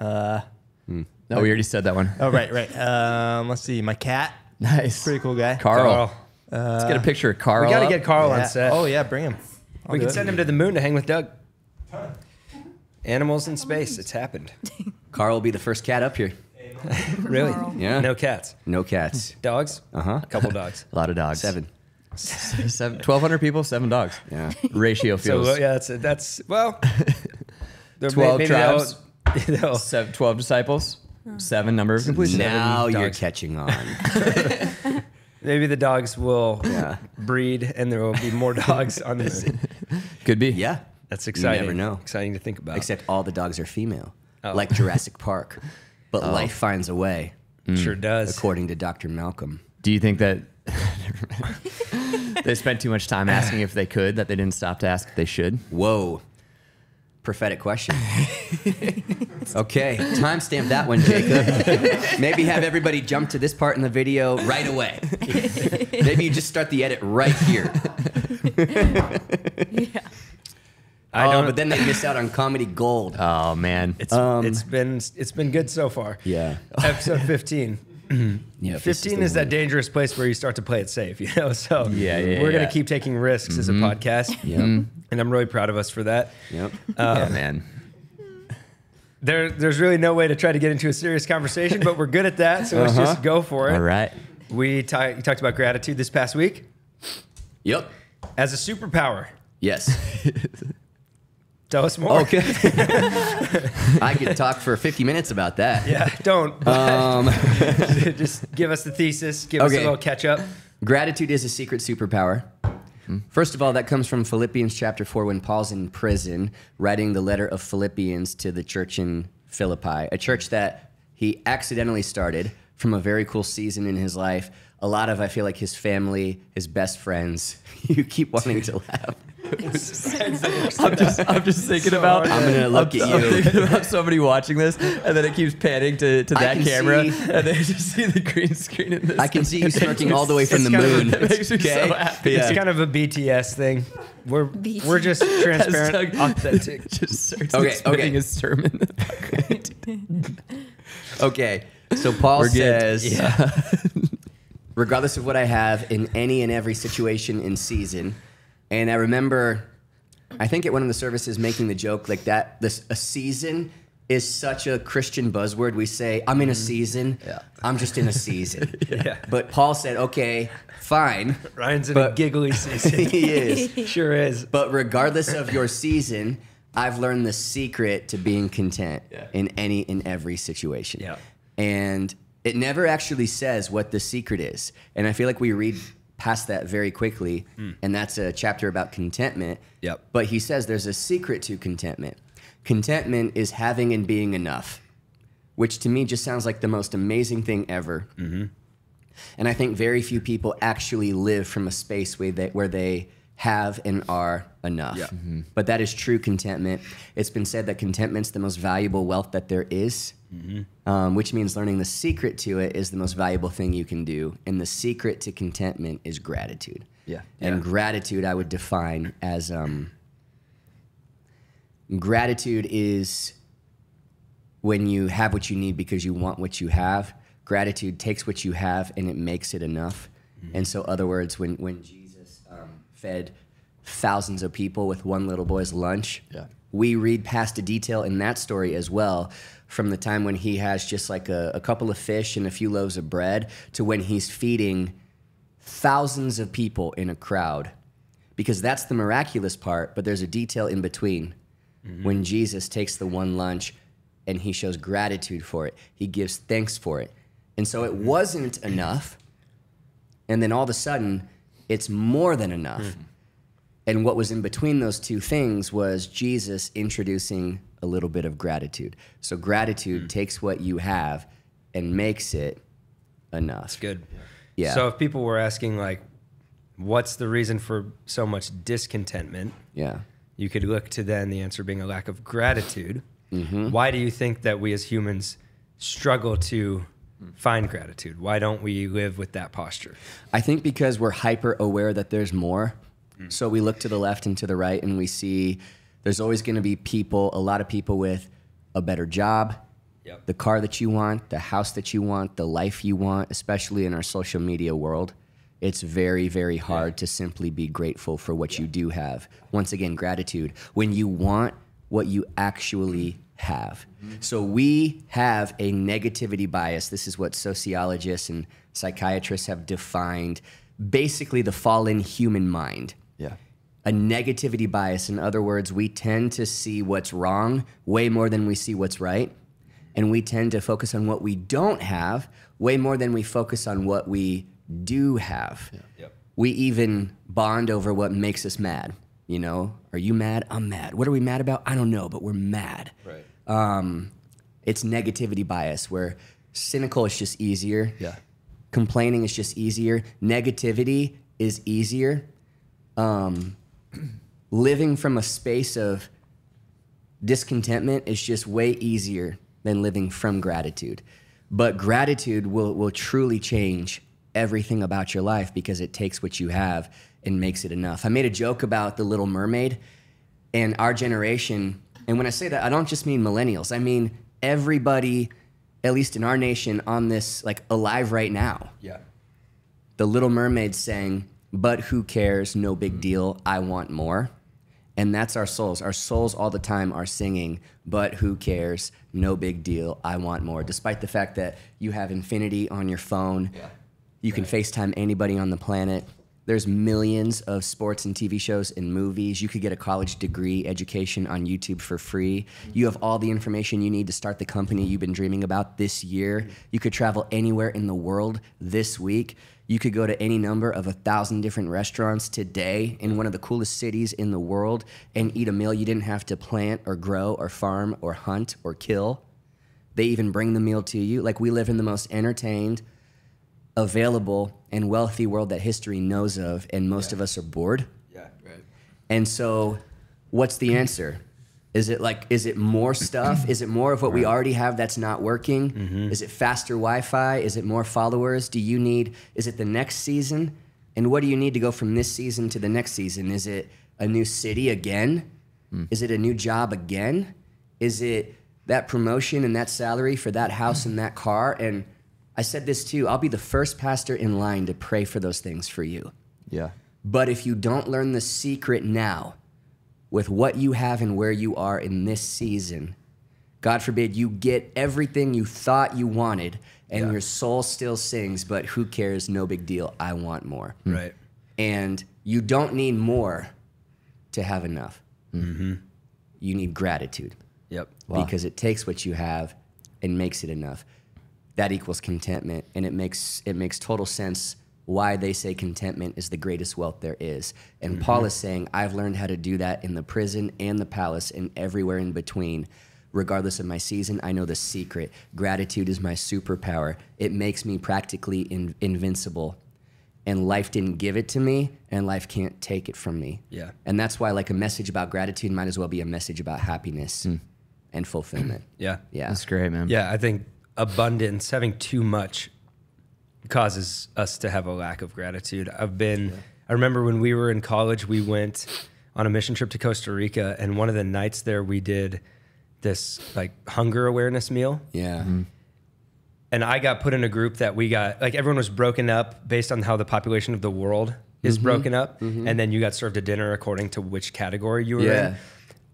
Speaker 6: Uh,
Speaker 2: No, we already said that one.
Speaker 6: oh, right, right. Um, let's see. My cat,
Speaker 2: Nice.
Speaker 6: pretty cool guy. Uh,
Speaker 2: Carl.
Speaker 1: Carl.
Speaker 2: Let's get a picture of Carl.
Speaker 1: We got to
Speaker 2: up.
Speaker 1: get Carl
Speaker 6: Yeah.
Speaker 1: on set.
Speaker 6: Oh yeah, bring him. I'll
Speaker 1: we
Speaker 6: do
Speaker 1: can
Speaker 6: it.
Speaker 1: send him to the moon to hang with Doug. Animals in space. It's happened.
Speaker 4: Carl will be the first cat up here.
Speaker 1: Really?
Speaker 5: Carl.
Speaker 4: Yeah.
Speaker 1: No cats.
Speaker 4: No cats.
Speaker 1: Dogs?
Speaker 4: Uh-huh.
Speaker 1: A couple dogs.
Speaker 4: A lot of dogs.
Speaker 2: Seven. Seven, 1,200 people, seven dogs.
Speaker 4: Yeah.
Speaker 2: Ratio
Speaker 1: So
Speaker 2: feels
Speaker 6: uh,
Speaker 1: well, yeah, that's that's well. there may-
Speaker 2: 12
Speaker 1: maybe that
Speaker 2: tribes.
Speaker 1: would- you know,
Speaker 2: sev- 12 disciples,
Speaker 6: Oh.
Speaker 2: seven number of completion.
Speaker 4: Now
Speaker 1: Seven
Speaker 4: you're
Speaker 1: dogs.
Speaker 4: catching on.
Speaker 1: maybe the dogs will
Speaker 4: Yeah.
Speaker 1: breed, and there will be more dogs on this.
Speaker 2: Could be.
Speaker 4: yeah.
Speaker 1: That's exciting.
Speaker 4: You never know.
Speaker 1: Exciting to think about.
Speaker 4: Except all the dogs are female,
Speaker 1: Oh.
Speaker 4: like Jurassic Park. But life finds a way,
Speaker 1: sure does.
Speaker 4: according to Dr. Malcolm.
Speaker 2: Do you think that Never mind. they spent too much time asking if they could that they didn't stop to ask if they should?
Speaker 4: Whoa. Prophetic question. okay, timestamp that one, Jacob. Maybe have everybody jump to this part in the video right away. Maybe you just start the edit right here.
Speaker 5: Yeah.
Speaker 1: I don't.
Speaker 4: Oh, but then they miss out on comedy gold. Um,
Speaker 2: Oh man,
Speaker 1: it's it's been it's been good so far.
Speaker 4: yeah.
Speaker 1: Episode fifteen.
Speaker 4: Yeah, this
Speaker 1: 15
Speaker 4: the
Speaker 1: is, that
Speaker 4: one.
Speaker 1: dangerous place where you start to play it safe, you know? So
Speaker 2: Yeah, yeah,
Speaker 1: we're going
Speaker 2: yeah. Mm-hmm.
Speaker 1: to keep taking risks as a podcast.
Speaker 4: Yep.
Speaker 1: And I'm really proud of us for that.
Speaker 4: Yep.
Speaker 2: yeah, man.
Speaker 1: There, there's really no way to try to get into a serious conversation, but we're good at that. So let's
Speaker 2: Uh-huh.
Speaker 1: just go for it.
Speaker 2: All right.
Speaker 1: We ta- we talked about gratitude this past week
Speaker 4: Yep.
Speaker 1: as a superpower.
Speaker 4: Yes.
Speaker 1: Tell us more.
Speaker 4: Okay. I could talk for 50 minutes about that.
Speaker 1: Yeah, don't.
Speaker 4: Um,
Speaker 1: just give us the thesis. Give us a
Speaker 4: Okay.
Speaker 1: little catch up.
Speaker 4: Gratitude is a secret superpower. First of all, that comes from Philippians chapter 4 when Paul's in prison writing the letter of Philippians to the church in Philippi, a church that he accidentally started from a very cool season in his life. A lot of, I feel like, his family, his best friends. You keep wanting to laugh.
Speaker 2: I'm just, I'm just thinking about.
Speaker 4: I'm gonna look
Speaker 2: I'm,
Speaker 4: at
Speaker 2: I'm
Speaker 4: you.
Speaker 2: thinking about somebody watching this, and then it keeps panning to, to
Speaker 4: I
Speaker 2: that
Speaker 4: can
Speaker 2: camera,
Speaker 4: see-
Speaker 2: and then you just see the green screen in this.
Speaker 4: I can see you smirking all the way from
Speaker 1: It's
Speaker 4: the
Speaker 1: kind of-
Speaker 4: moon.
Speaker 2: It makes me so
Speaker 4: Okay?
Speaker 2: happy.
Speaker 1: It's kind of a BTS thing. We're we're just transparent,
Speaker 2: As Doug
Speaker 1: authentic.
Speaker 2: just starts
Speaker 4: Okay,
Speaker 2: explaining
Speaker 4: okay.
Speaker 2: his sermon. in the background.
Speaker 4: Okay. So Paul
Speaker 2: We're good.
Speaker 4: says, regardless of what I have in any and every situation and season, and I remember, I think at one of the services making the joke like that. This a season is such a Christian buzzword. We say, "I'm in a season."
Speaker 2: Yeah.
Speaker 4: I'm just in a season.
Speaker 1: Yeah.
Speaker 4: But Paul said, "Okay, fine."
Speaker 1: Ryan's in a
Speaker 4: But-
Speaker 1: giggly season.
Speaker 4: he is.
Speaker 1: sure is.
Speaker 4: But regardless of your season, I've learned the secret to being content
Speaker 2: Yeah.
Speaker 4: in any and every situation.
Speaker 1: Yeah.
Speaker 4: And it never actually says what the secret is. And I feel like we read past that very quickly. And that's a chapter about contentment.
Speaker 1: Hmm. Yep.
Speaker 4: But he says there's a secret to contentment. Contentment is having and being enough, which to me just sounds like the most amazing thing ever. And I think very few people actually live from a space where they, where they have and are enough.
Speaker 1: Yeah.
Speaker 4: But that is true contentment. It's been said that contentment's the most valuable wealth that there is, um, which means learning the secret to it is the most valuable thing you can do. And the secret to contentment is gratitude.
Speaker 2: Yeah.
Speaker 4: And gratitude, I would define as um, gratitude is when you have what you need because you want what you have. Gratitude takes what you have and it makes it enough. And so, other words, when when Jesus um, fed thousands of people with one little boy's lunch,
Speaker 2: Yeah.
Speaker 4: we read past a detail in that story as well, from the time when he has just like a, a couple of fish and a few loaves of bread to when he's feeding thousands of people in a crowd because that's the miraculous part but there's a detail in between when jesus takes the one lunch and he shows gratitude for it he gives thanks for it and so it wasn't enough and then all of a sudden it's more than enough and what was in between those two things was jesus introducing a little bit of gratitude so gratitude takes what you have and makes it enough
Speaker 1: Good.
Speaker 4: Yeah.
Speaker 1: So if people were asking like, what's the reason for so much discontentment?
Speaker 4: yeah
Speaker 1: You could look to then the answer being a lack of gratitude.
Speaker 4: Mm-hmm.
Speaker 1: Why do you think that we as humans struggle to find gratitude? Why don't we live with that posture?
Speaker 4: I think because we're hyper aware that there's more. So we look to the left and to the right and we see there's always going to be people, a lot of people with a better job,
Speaker 1: Yep.
Speaker 4: the car that you want, the house that you want, the life you want, especially in our social media world. It's very, very hard to simply be grateful for what you do have. Once again, gratitude. When you want what you actually have. So we have a negativity bias. This is what sociologists and psychiatrists have defined basically the fallen human mind.
Speaker 2: Yeah.
Speaker 4: A negativity bias, in other words, we tend to see what's wrong way more than we see what's right. And we tend to focus on what we don't have way more than we focus on what we do have
Speaker 1: Yep.
Speaker 4: we even bond over what makes us mad. You know, are you mad? I'm mad. What are we mad about? I don't know, but we're mad.
Speaker 1: Right.
Speaker 4: Um, it's negativity bias where cynical is just easier.
Speaker 2: Yeah.
Speaker 4: Complaining is just easier. Negativity is easier. Um, living from a space of discontentment is just way easier than living from gratitude. But gratitude will, will truly change everything about your life because it takes what you have and makes it enough. I made a joke about The Little Mermaid and our generation. And when I say that, I don't just mean millennials, I mean everybody, at least in our nation, on this, like alive right now.
Speaker 1: Yeah.
Speaker 4: The Little Mermaid sang, But who cares? No big deal. I want more. And that's our souls. Our souls all the time are singing, But who cares? No big deal. I want more. Despite the fact that you have infinity on your phone, you can FaceTime anybody on the planet. There's millions of sports and TV shows and movies. You could get a college degree education on YouTube for free. You have all the information you need to start the company you've been dreaming about this year. You could travel anywhere in the world this week. You could go to any number of a thousand different restaurants today in one of the coolest cities in the world and eat a meal you didn't have to plant or grow or farm or hunt or kill. They even bring the meal to you. Like we live in the most entertained, available and wealthy world that history knows of, and most of us are bored.
Speaker 1: Yeah. Right.
Speaker 4: And so, what's the answer? Is it like, is it more stuff? Is it more of what we already have that's not working? Is it faster Wi Fi? Is it more followers? Do you need, is it the next season? And what do you need to go from this season to the next season? Is it a new city again? Is it a new job again? Is it that promotion and that salary for that house and that car? And I said this too I'll be the first pastor in line to pray for those things for you.
Speaker 2: Yeah.
Speaker 4: But if you don't learn the secret now, with what you have and where you are in this season, God forbid you get everything you thought you wanted and your soul still sings, but who cares? No big deal. I want more.
Speaker 1: Right.
Speaker 4: And you don't need more to have enough. You need gratitude
Speaker 1: Yep.
Speaker 4: because it takes what you have and makes it enough. That equals contentment, and it makes it makes total sense why they say contentment is the greatest wealth there is. And Paul is saying, I've learned how to do that in the prison and the palace and everywhere in between. Regardless of my season, I know the secret. Gratitude is my superpower. It makes me practically in- invincible. And life didn't give it to me, and life can't take it from me.
Speaker 1: Yeah.
Speaker 4: And that's why, like, a message about gratitude might as well be a message about happiness and fulfillment.
Speaker 1: Yeah.
Speaker 4: Yeah.
Speaker 2: That's great, man.
Speaker 1: Yeah, I think abundance, having too much, causes us to have a lack of gratitude. I've been, I remember when we were in college, we went on a mission trip to Costa Rica, and one of the nights there, we did this like hunger awareness meal.
Speaker 4: Yeah. Mm-hmm.
Speaker 1: And I got put in a group that we got, like, everyone was broken up based on how the population of the world
Speaker 4: Mm-hmm.
Speaker 1: is broken up. And then you got served a dinner according to which category you were
Speaker 4: Yeah.
Speaker 1: in.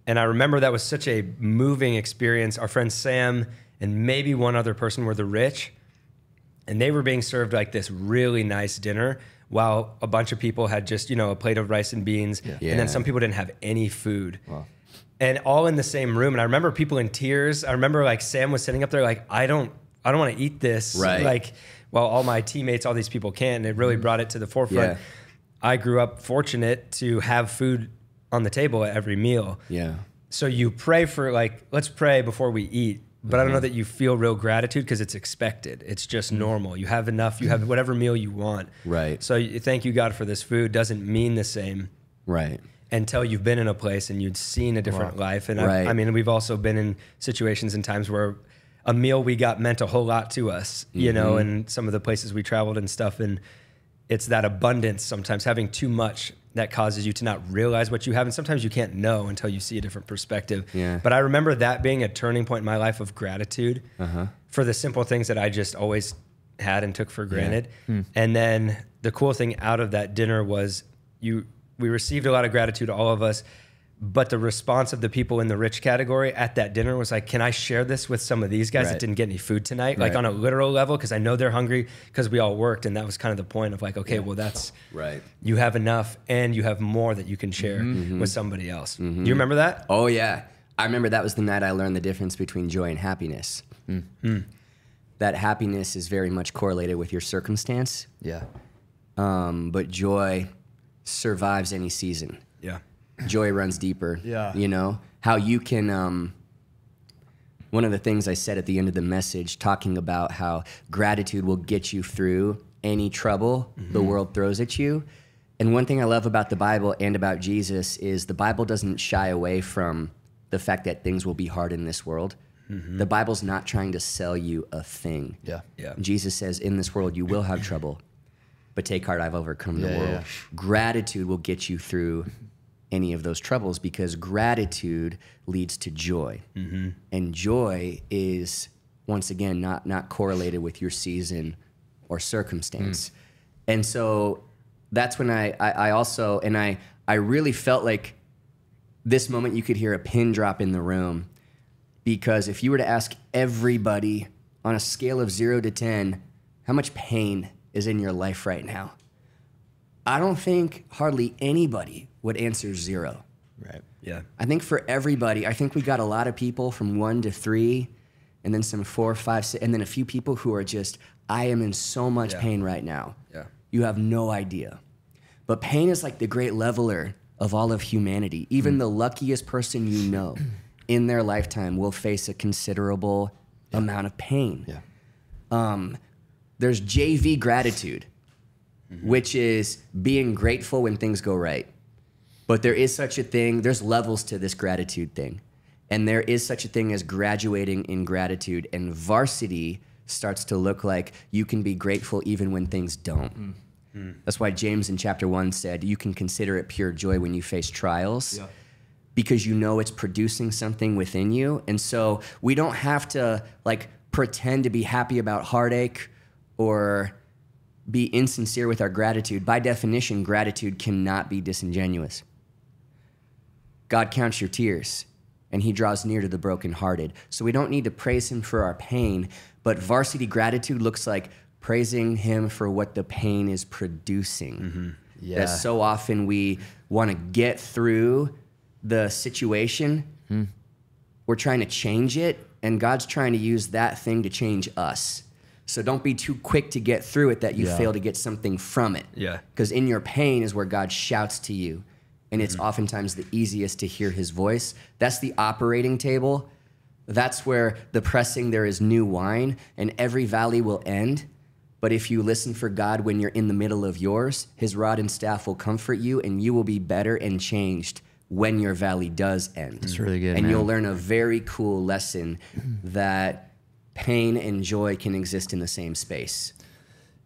Speaker 1: And I remember that was such a moving experience. Our friend Sam and maybe one other person were the rich, and they were being served like this really nice dinner while a bunch of people had just, you know, a plate of rice and beans. And
Speaker 4: Yeah.
Speaker 1: then some people didn't have any food. And all in the same room. And I remember people in tears. I remember like Sam was sitting up there like, I don't I don't want to eat this.
Speaker 4: Right. Mm-hmm.
Speaker 1: Like, well, all my teammates, all these people can. And it really brought it to the forefront.
Speaker 4: Yeah.
Speaker 1: I grew up fortunate to have food on the table at every meal
Speaker 4: Yeah.
Speaker 1: so you pray for like let's pray before we eat but i don't know
Speaker 4: Mm-hmm.
Speaker 1: that you feel real gratitude because it's expected it's just normal you have enough you have whatever meal you want
Speaker 4: Mm-hmm. Right.
Speaker 1: so you, thank you god for this food doesn't mean the same
Speaker 4: Right.
Speaker 1: until you've been in a place and you'd seen a different life and
Speaker 4: Right.
Speaker 1: I, I mean we've also been in situations and times where a meal we got meant a whole lot to us you know and some of the places we traveled and stuff and it's that abundance sometimes having too much that causes you to not realize what you have and sometimes you can't know until you see a different perspective
Speaker 4: Yeah.
Speaker 1: but i remember that being a turning point in my life of gratitude for the simple things that i just always had and took for granted and then the cool thing out of that dinner was you we received a lot of gratitude all of us But the response of the people in the rich category at that dinner was like, "Can I share this with some of these guys that
Speaker 4: Right.
Speaker 1: didn't get any food tonight?" Like
Speaker 4: Right.
Speaker 1: on a literal level, because I know they're hungry because we all worked, and that was kind of the point of like, okay, well, that's
Speaker 4: Right. Mm-hmm.
Speaker 1: You have enough, and you have more that you can share with somebody else. Do you remember that?
Speaker 4: Oh yeah, I remember that was the night I learned the difference between joy and happiness. Hmm. That happiness is very much correlated with your circumstance,
Speaker 2: Yeah.
Speaker 4: um, but joy survives any season.
Speaker 1: Yeah.
Speaker 4: Joy runs deeper.
Speaker 3: Yeah.
Speaker 4: you know how you can. Um, one of the things I said at the end of the message, talking about how gratitude will get you through any trouble the world throws at you. And one thing I love about the Bible and about Jesus is the Bible doesn't shy away from the fact that things will be hard in this world. The Bible's not trying to sell you a thing.
Speaker 2: Yeah.
Speaker 1: Yeah.
Speaker 4: Jesus says, In this world, you will have trouble, but take heart, I've overcome the
Speaker 2: Yeah, yeah,
Speaker 4: world.
Speaker 2: yeah.
Speaker 4: Gratitude will get you through any of those troubles because gratitude leads to joy.
Speaker 2: Mm-hmm.
Speaker 4: And joy is, once again, not, not correlated with your season or circumstance.
Speaker 2: Mm.
Speaker 4: And so that's when I, I, I also, and I, I really felt like this moment you could hear a pin drop in the room because if you were to ask everybody on a scale of zero to 10, how much pain is in your life right now? I don't think hardly anybody would answer zero.
Speaker 2: Right.
Speaker 1: Yeah.
Speaker 4: I think for everybody, I think we got a lot of people from one to three, and then some four, five, six, and then a few people who are just, I am in so much
Speaker 1: Yeah.
Speaker 4: pain right now.
Speaker 1: Yeah.
Speaker 4: You have no idea. But pain is like the great leveler of all of humanity.
Speaker 1: Hmm.
Speaker 4: Even the luckiest person you know in their lifetime will face a considerable amount of pain.
Speaker 2: Yeah.
Speaker 4: Um, there's JV gratitude,
Speaker 1: Mm-hmm.
Speaker 4: which is being grateful when things go right. But there is such a thing, there's levels to this gratitude thing. And there is such a thing as graduating in gratitude. And varsity starts to look like you can be grateful even when things don't. That's why James in chapter one said, You can consider it pure joy when you face trials because you know it's producing something within you. And so we don't have to like pretend to be happy about heartache or be insincere with our gratitude. By definition, gratitude cannot be disingenuous. God counts your tears and he draws near to the brokenhearted. So we don't need to praise him for our pain, but varsity gratitude looks like praising him for what the pain is producing.
Speaker 2: Yeah.
Speaker 4: That so often we want to get through the situation, we're trying to change it, and God's trying to use that thing to change us. So don't be too quick to get through it that you
Speaker 2: Yeah.
Speaker 4: fail to get something from it.
Speaker 1: Yeah.
Speaker 4: Because in your pain is where God shouts to you. And it's oftentimes the easiest to hear his voice. That's the operating table. That's where the pressing there is new wine and every valley will end. But if you listen for God when you're in the middle of yours, his rod and staff will comfort you and you will be better and changed when your valley does end. That's
Speaker 2: really good,
Speaker 4: And
Speaker 2: man.
Speaker 4: you'll learn a very cool lesson that pain and joy can exist in the same space.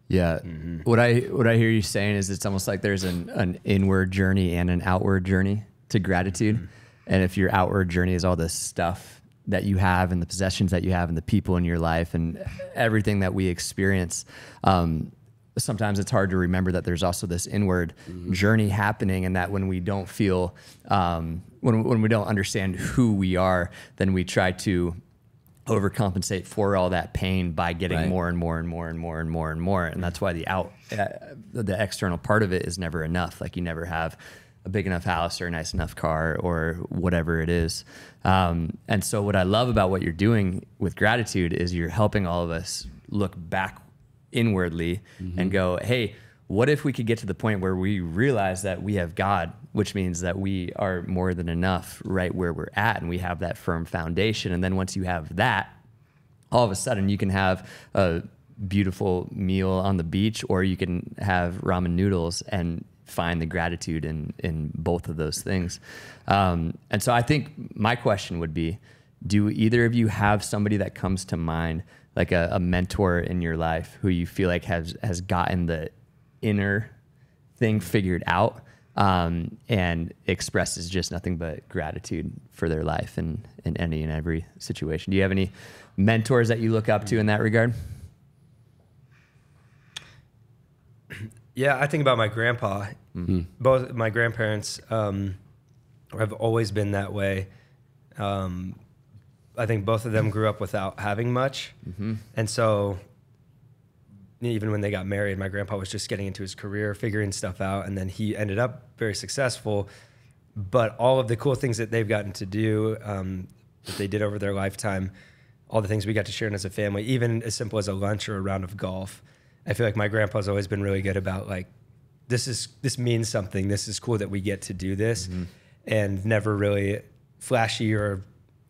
Speaker 2: Yeah. What I what I hear you saying is it's almost like there's an, an inward journey and an outward journey to gratitude. And if your outward journey is all this stuff that you have and the possessions that you have and the people in your life and everything that we experience, um, sometimes it's hard to remember that there's also this inward journey happening and that when we don't feel um, when, when we don't understand who we are, then we try to overcompensate for all that pain by getting
Speaker 4: Right.
Speaker 2: more and more and more and more and more and more and that's why the out uh, the external part of it is never enough like you never have a big enough house or a nice enough car or whatever it is um, and so what i love about what you're doing with gratitude is you're helping all of us look back inwardly and go hey what if we could get to the point where we realize that we have God, which means that we are more than enough right where we're at and we have that firm foundation. And then once you have that, all of a sudden you can have a beautiful meal on the beach or you can have ramen noodles and find the gratitude in in both of those things um, and so i think my question would be do either of you have somebody that comes to mind like a, a mentor in your life who you feel like has has gotten the inner thing figured out um, and expresses just nothing but gratitude for their life and in any and every situation. Do you have any mentors that you look up to in that regard?
Speaker 1: Yeah, I think about my grandpa. Both my grandparents. Um, I've always been that way. Um, I think both of them grew up without having much, and so even when they got married, my grandpa was just getting into his career, figuring stuff out, and then he ended up very successful. But all of the cool things that they've gotten to do, um, that they did over their lifetime, all the things we got to share in as a family, even as simple as a lunch or a round of golf, I feel like my grandpa's always been really good about like, this is this means something. This is cool that we get to do this, and never really flashy or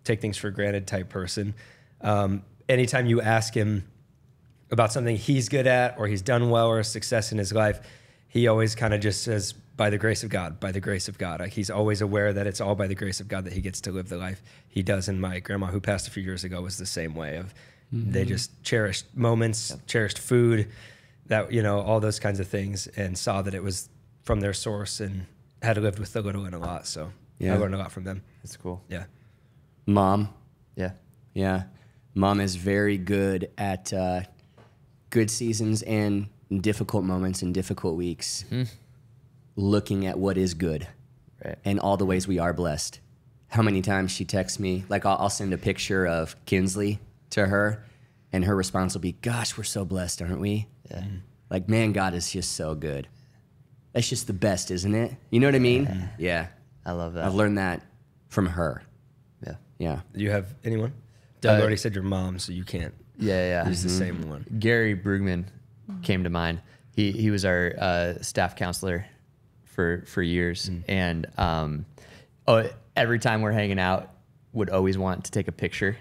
Speaker 1: take things for granted type person. Um, anytime you ask him about something he's good at or he's done well or a success in his life, he always kind of just says, by the grace of God, by the grace of God. Like he's always aware that it's all by the grace of God that he gets to live the life he does. And my grandma, who passed a few years ago, was the same way of they just cherished moments, cherished food, that you know, all those kinds of things, and saw that it was from their source and had lived with the little and a lot. So
Speaker 4: Yeah.
Speaker 1: I learned a lot from them.
Speaker 2: That's cool.
Speaker 1: Yeah.
Speaker 4: Mom,
Speaker 2: Yeah.
Speaker 4: yeah, mom is very good at uh, good seasons and difficult moments and difficult weeks.
Speaker 2: Mm-hmm.
Speaker 4: Looking at what is good.
Speaker 2: Right.
Speaker 4: and all the ways we are blessed. How many times she texts me, like I'll, I'll send a picture of Kinsley to her, and her response will be, "Gosh, we're so blessed, aren't we?"
Speaker 2: Yeah.
Speaker 4: Like, man, God is just so good. That's just the best, isn't it? You know what I mean? Yeah.
Speaker 2: I love that.
Speaker 4: I've learned that from her.
Speaker 2: yeah.
Speaker 4: Yeah.
Speaker 1: Do you have anyone? Doug
Speaker 2: Uh,
Speaker 1: already said your mom, so you can't
Speaker 2: Yeah. Yeah.
Speaker 1: use the same one.
Speaker 2: Gary Brugman came to mind. He he was our uh, staff counselor for for years, and um, oh, every time we're hanging out, would always want to take a picture,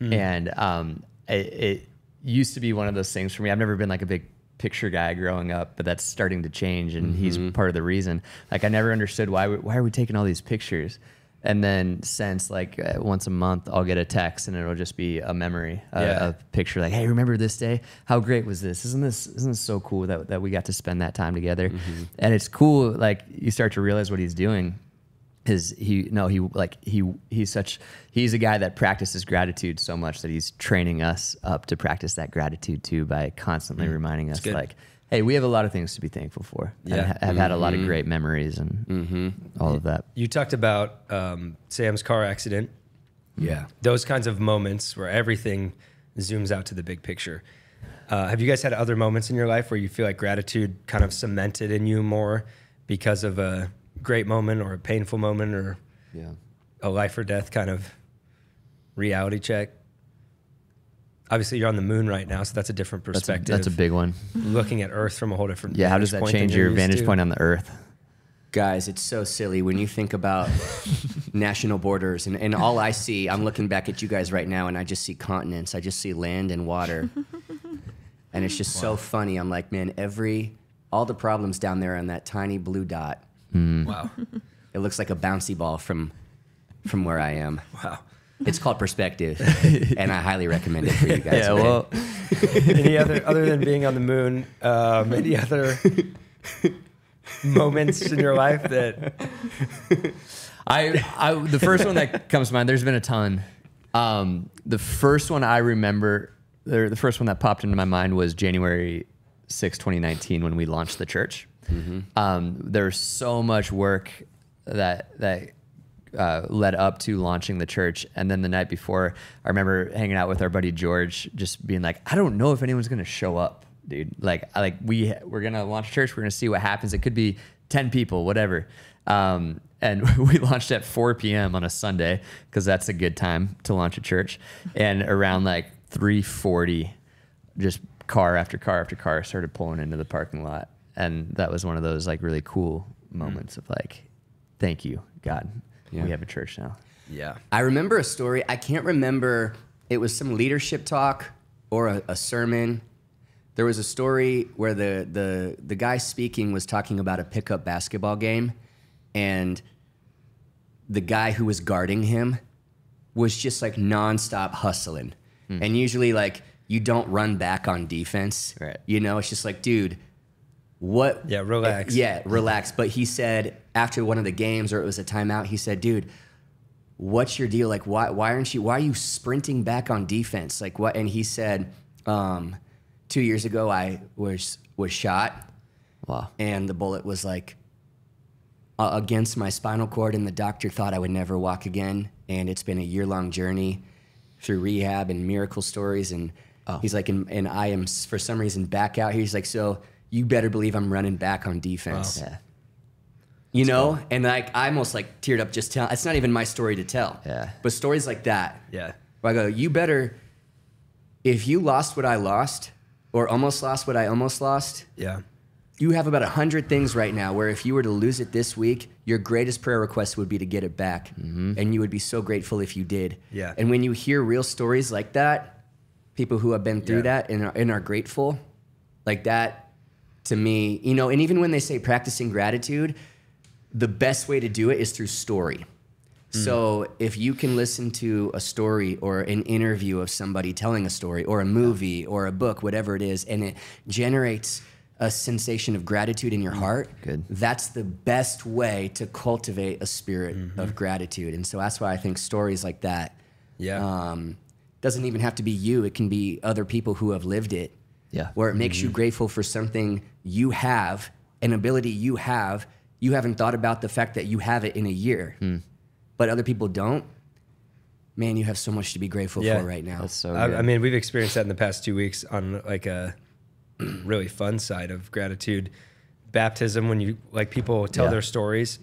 Speaker 2: and um, it, it used to be one of those things for me. I've never been like a big picture guy growing up, but that's starting to change, and he's part of the reason. Like I never understood why we, why are we taking all these pictures. And then since like uh, once a month, I'll get a text and it'll just be a memory, a,
Speaker 1: Yeah.
Speaker 2: a picture like, "Hey, remember this day? How great was this? Isn't this isn't this so cool that that we got to spend that time together?" And it's cool. Like you start to realize what he's doing. His he no he like he he's such he's a guy that practices gratitude so much that he's training us up to practice that gratitude too by constantly reminding us
Speaker 1: Mm, good.
Speaker 2: like. Hey, we have a lot of things to be thankful for. Yeah,
Speaker 1: Yeah. Mm-hmm.
Speaker 2: have had a lot of great memories and all of that.
Speaker 1: You talked about um, Sam's car accident.
Speaker 4: Yeah.
Speaker 1: Those kinds of moments where everything zooms out to the big picture. Uh, have you guys had other moments in your life where you feel like gratitude kind of cemented in you more because of a great moment or a painful moment or
Speaker 2: Yeah,
Speaker 1: a life or death kind of reality check? Obviously, you're on the moon right now, so that's a different
Speaker 2: that's a,
Speaker 1: perspective.
Speaker 2: that's a big one.
Speaker 1: looking at Earth from a whole different.
Speaker 2: Yeah, how does
Speaker 1: vantage
Speaker 2: that
Speaker 1: point than
Speaker 2: change
Speaker 1: you're
Speaker 2: your
Speaker 1: used
Speaker 2: vantage
Speaker 1: to?
Speaker 2: point on the Earth?
Speaker 4: Guys, it's so silly when you think about national borders and, and all I see, I'm looking back at you guys right now and I just see continents. I just see land and water. and it's just so funny. I'm like, man, every all the problems down there on that tiny blue dot.
Speaker 1: Wow,
Speaker 4: It looks like a bouncy ball from from where I am.
Speaker 1: wow.
Speaker 4: It's called perspective. and I highly recommend it for you guys.
Speaker 2: Yeah,
Speaker 4: okay?
Speaker 2: well,
Speaker 1: any other other than being on the moon um, any other moments in your life that
Speaker 2: I, I the first one that comes to mind. There's been a ton. Um, the first one I remember, the, the first one that popped into my mind was January 6, 2019, when we launched the church. Um, there was so much work that that uh, led up to launching the church, and then the night before, I remember hanging out with our buddy George, just being like, I don't know if anyone's gonna show up, dude. Like, I- like we we're gonna launch a church, we're gonna see what happens. It could be 10 people, whatever. Um, and we launched at 4 p.m. on a Sunday because that's a good time to launch a church. And around like 3:40, just car after car after car started pulling into the parking lot, and that was one of those like really cool moments of like, thank you, God, we have a church now.
Speaker 1: yeah
Speaker 4: I remember a story. I can't remember. It was some leadership talk or a, a sermon. There was a story where the, the, the guy speaking was talking about a pickup basketball game, and the guy who was guarding him was just like nonstop hustling. And usually, like, you don't run back on defense.
Speaker 2: Right.
Speaker 4: You know, it's just like, dude, what?
Speaker 1: Yeah, relax.
Speaker 4: Yeah, relax. But he said after one of the games or it was a timeout, he said, dude, what's your deal? Like, why, why aren't you, why are you sprinting back on defense? Like what? And he said, um, two years ago, I was, was shot
Speaker 2: Wow.
Speaker 4: and the bullet was like uh, against my spinal cord, and the doctor thought I would never walk again. And it's been a year long journey through rehab and miracle stories. And he's like, and, and I am s- for some reason back out here. He's like, so you better believe I'm running back on defense. You know, and like I almost like teared up just telling. It's not even my story to tell.
Speaker 2: Yeah.
Speaker 4: But stories like that,
Speaker 1: Yeah.
Speaker 4: where I go, you better, if you lost what I lost, or almost lost what I almost lost,
Speaker 1: Yeah.
Speaker 4: you have about 100 things right now where if you were to lose it this week, your greatest prayer request would be to get it back. And you would be so grateful if you did.
Speaker 1: Mm-hmm. Yeah.
Speaker 4: And when you hear real stories like that, people who have been
Speaker 1: Yeah.
Speaker 4: through that and are, and are grateful, like that to me, you know, and even when they say practicing gratitude, the best way to do it is through story. So if you can listen to a story or an interview of somebody telling a story or a movie or a book, whatever it is, and it generates a sensation of gratitude in your heart,
Speaker 2: Good.
Speaker 4: that's the best way to cultivate a spirit of gratitude. And so that's why I think stories like that
Speaker 1: Yeah.
Speaker 4: um, doesn't even have to be you. It can be other people who have lived it.
Speaker 2: Yeah.
Speaker 4: Where it makes you
Speaker 1: Mm-hmm.
Speaker 4: grateful for something you have, an ability you have. You haven't thought about the fact that you have it in a year,
Speaker 1: Hmm.
Speaker 4: but other people don't. Man, you have so much to be grateful
Speaker 1: Yeah.
Speaker 4: for right now.
Speaker 2: That's so
Speaker 1: I,
Speaker 2: good.
Speaker 1: I mean, we've experienced that in the past two weeks on like a really fun side of gratitude. Baptism, when you like people tell
Speaker 2: Yeah.
Speaker 1: their stories,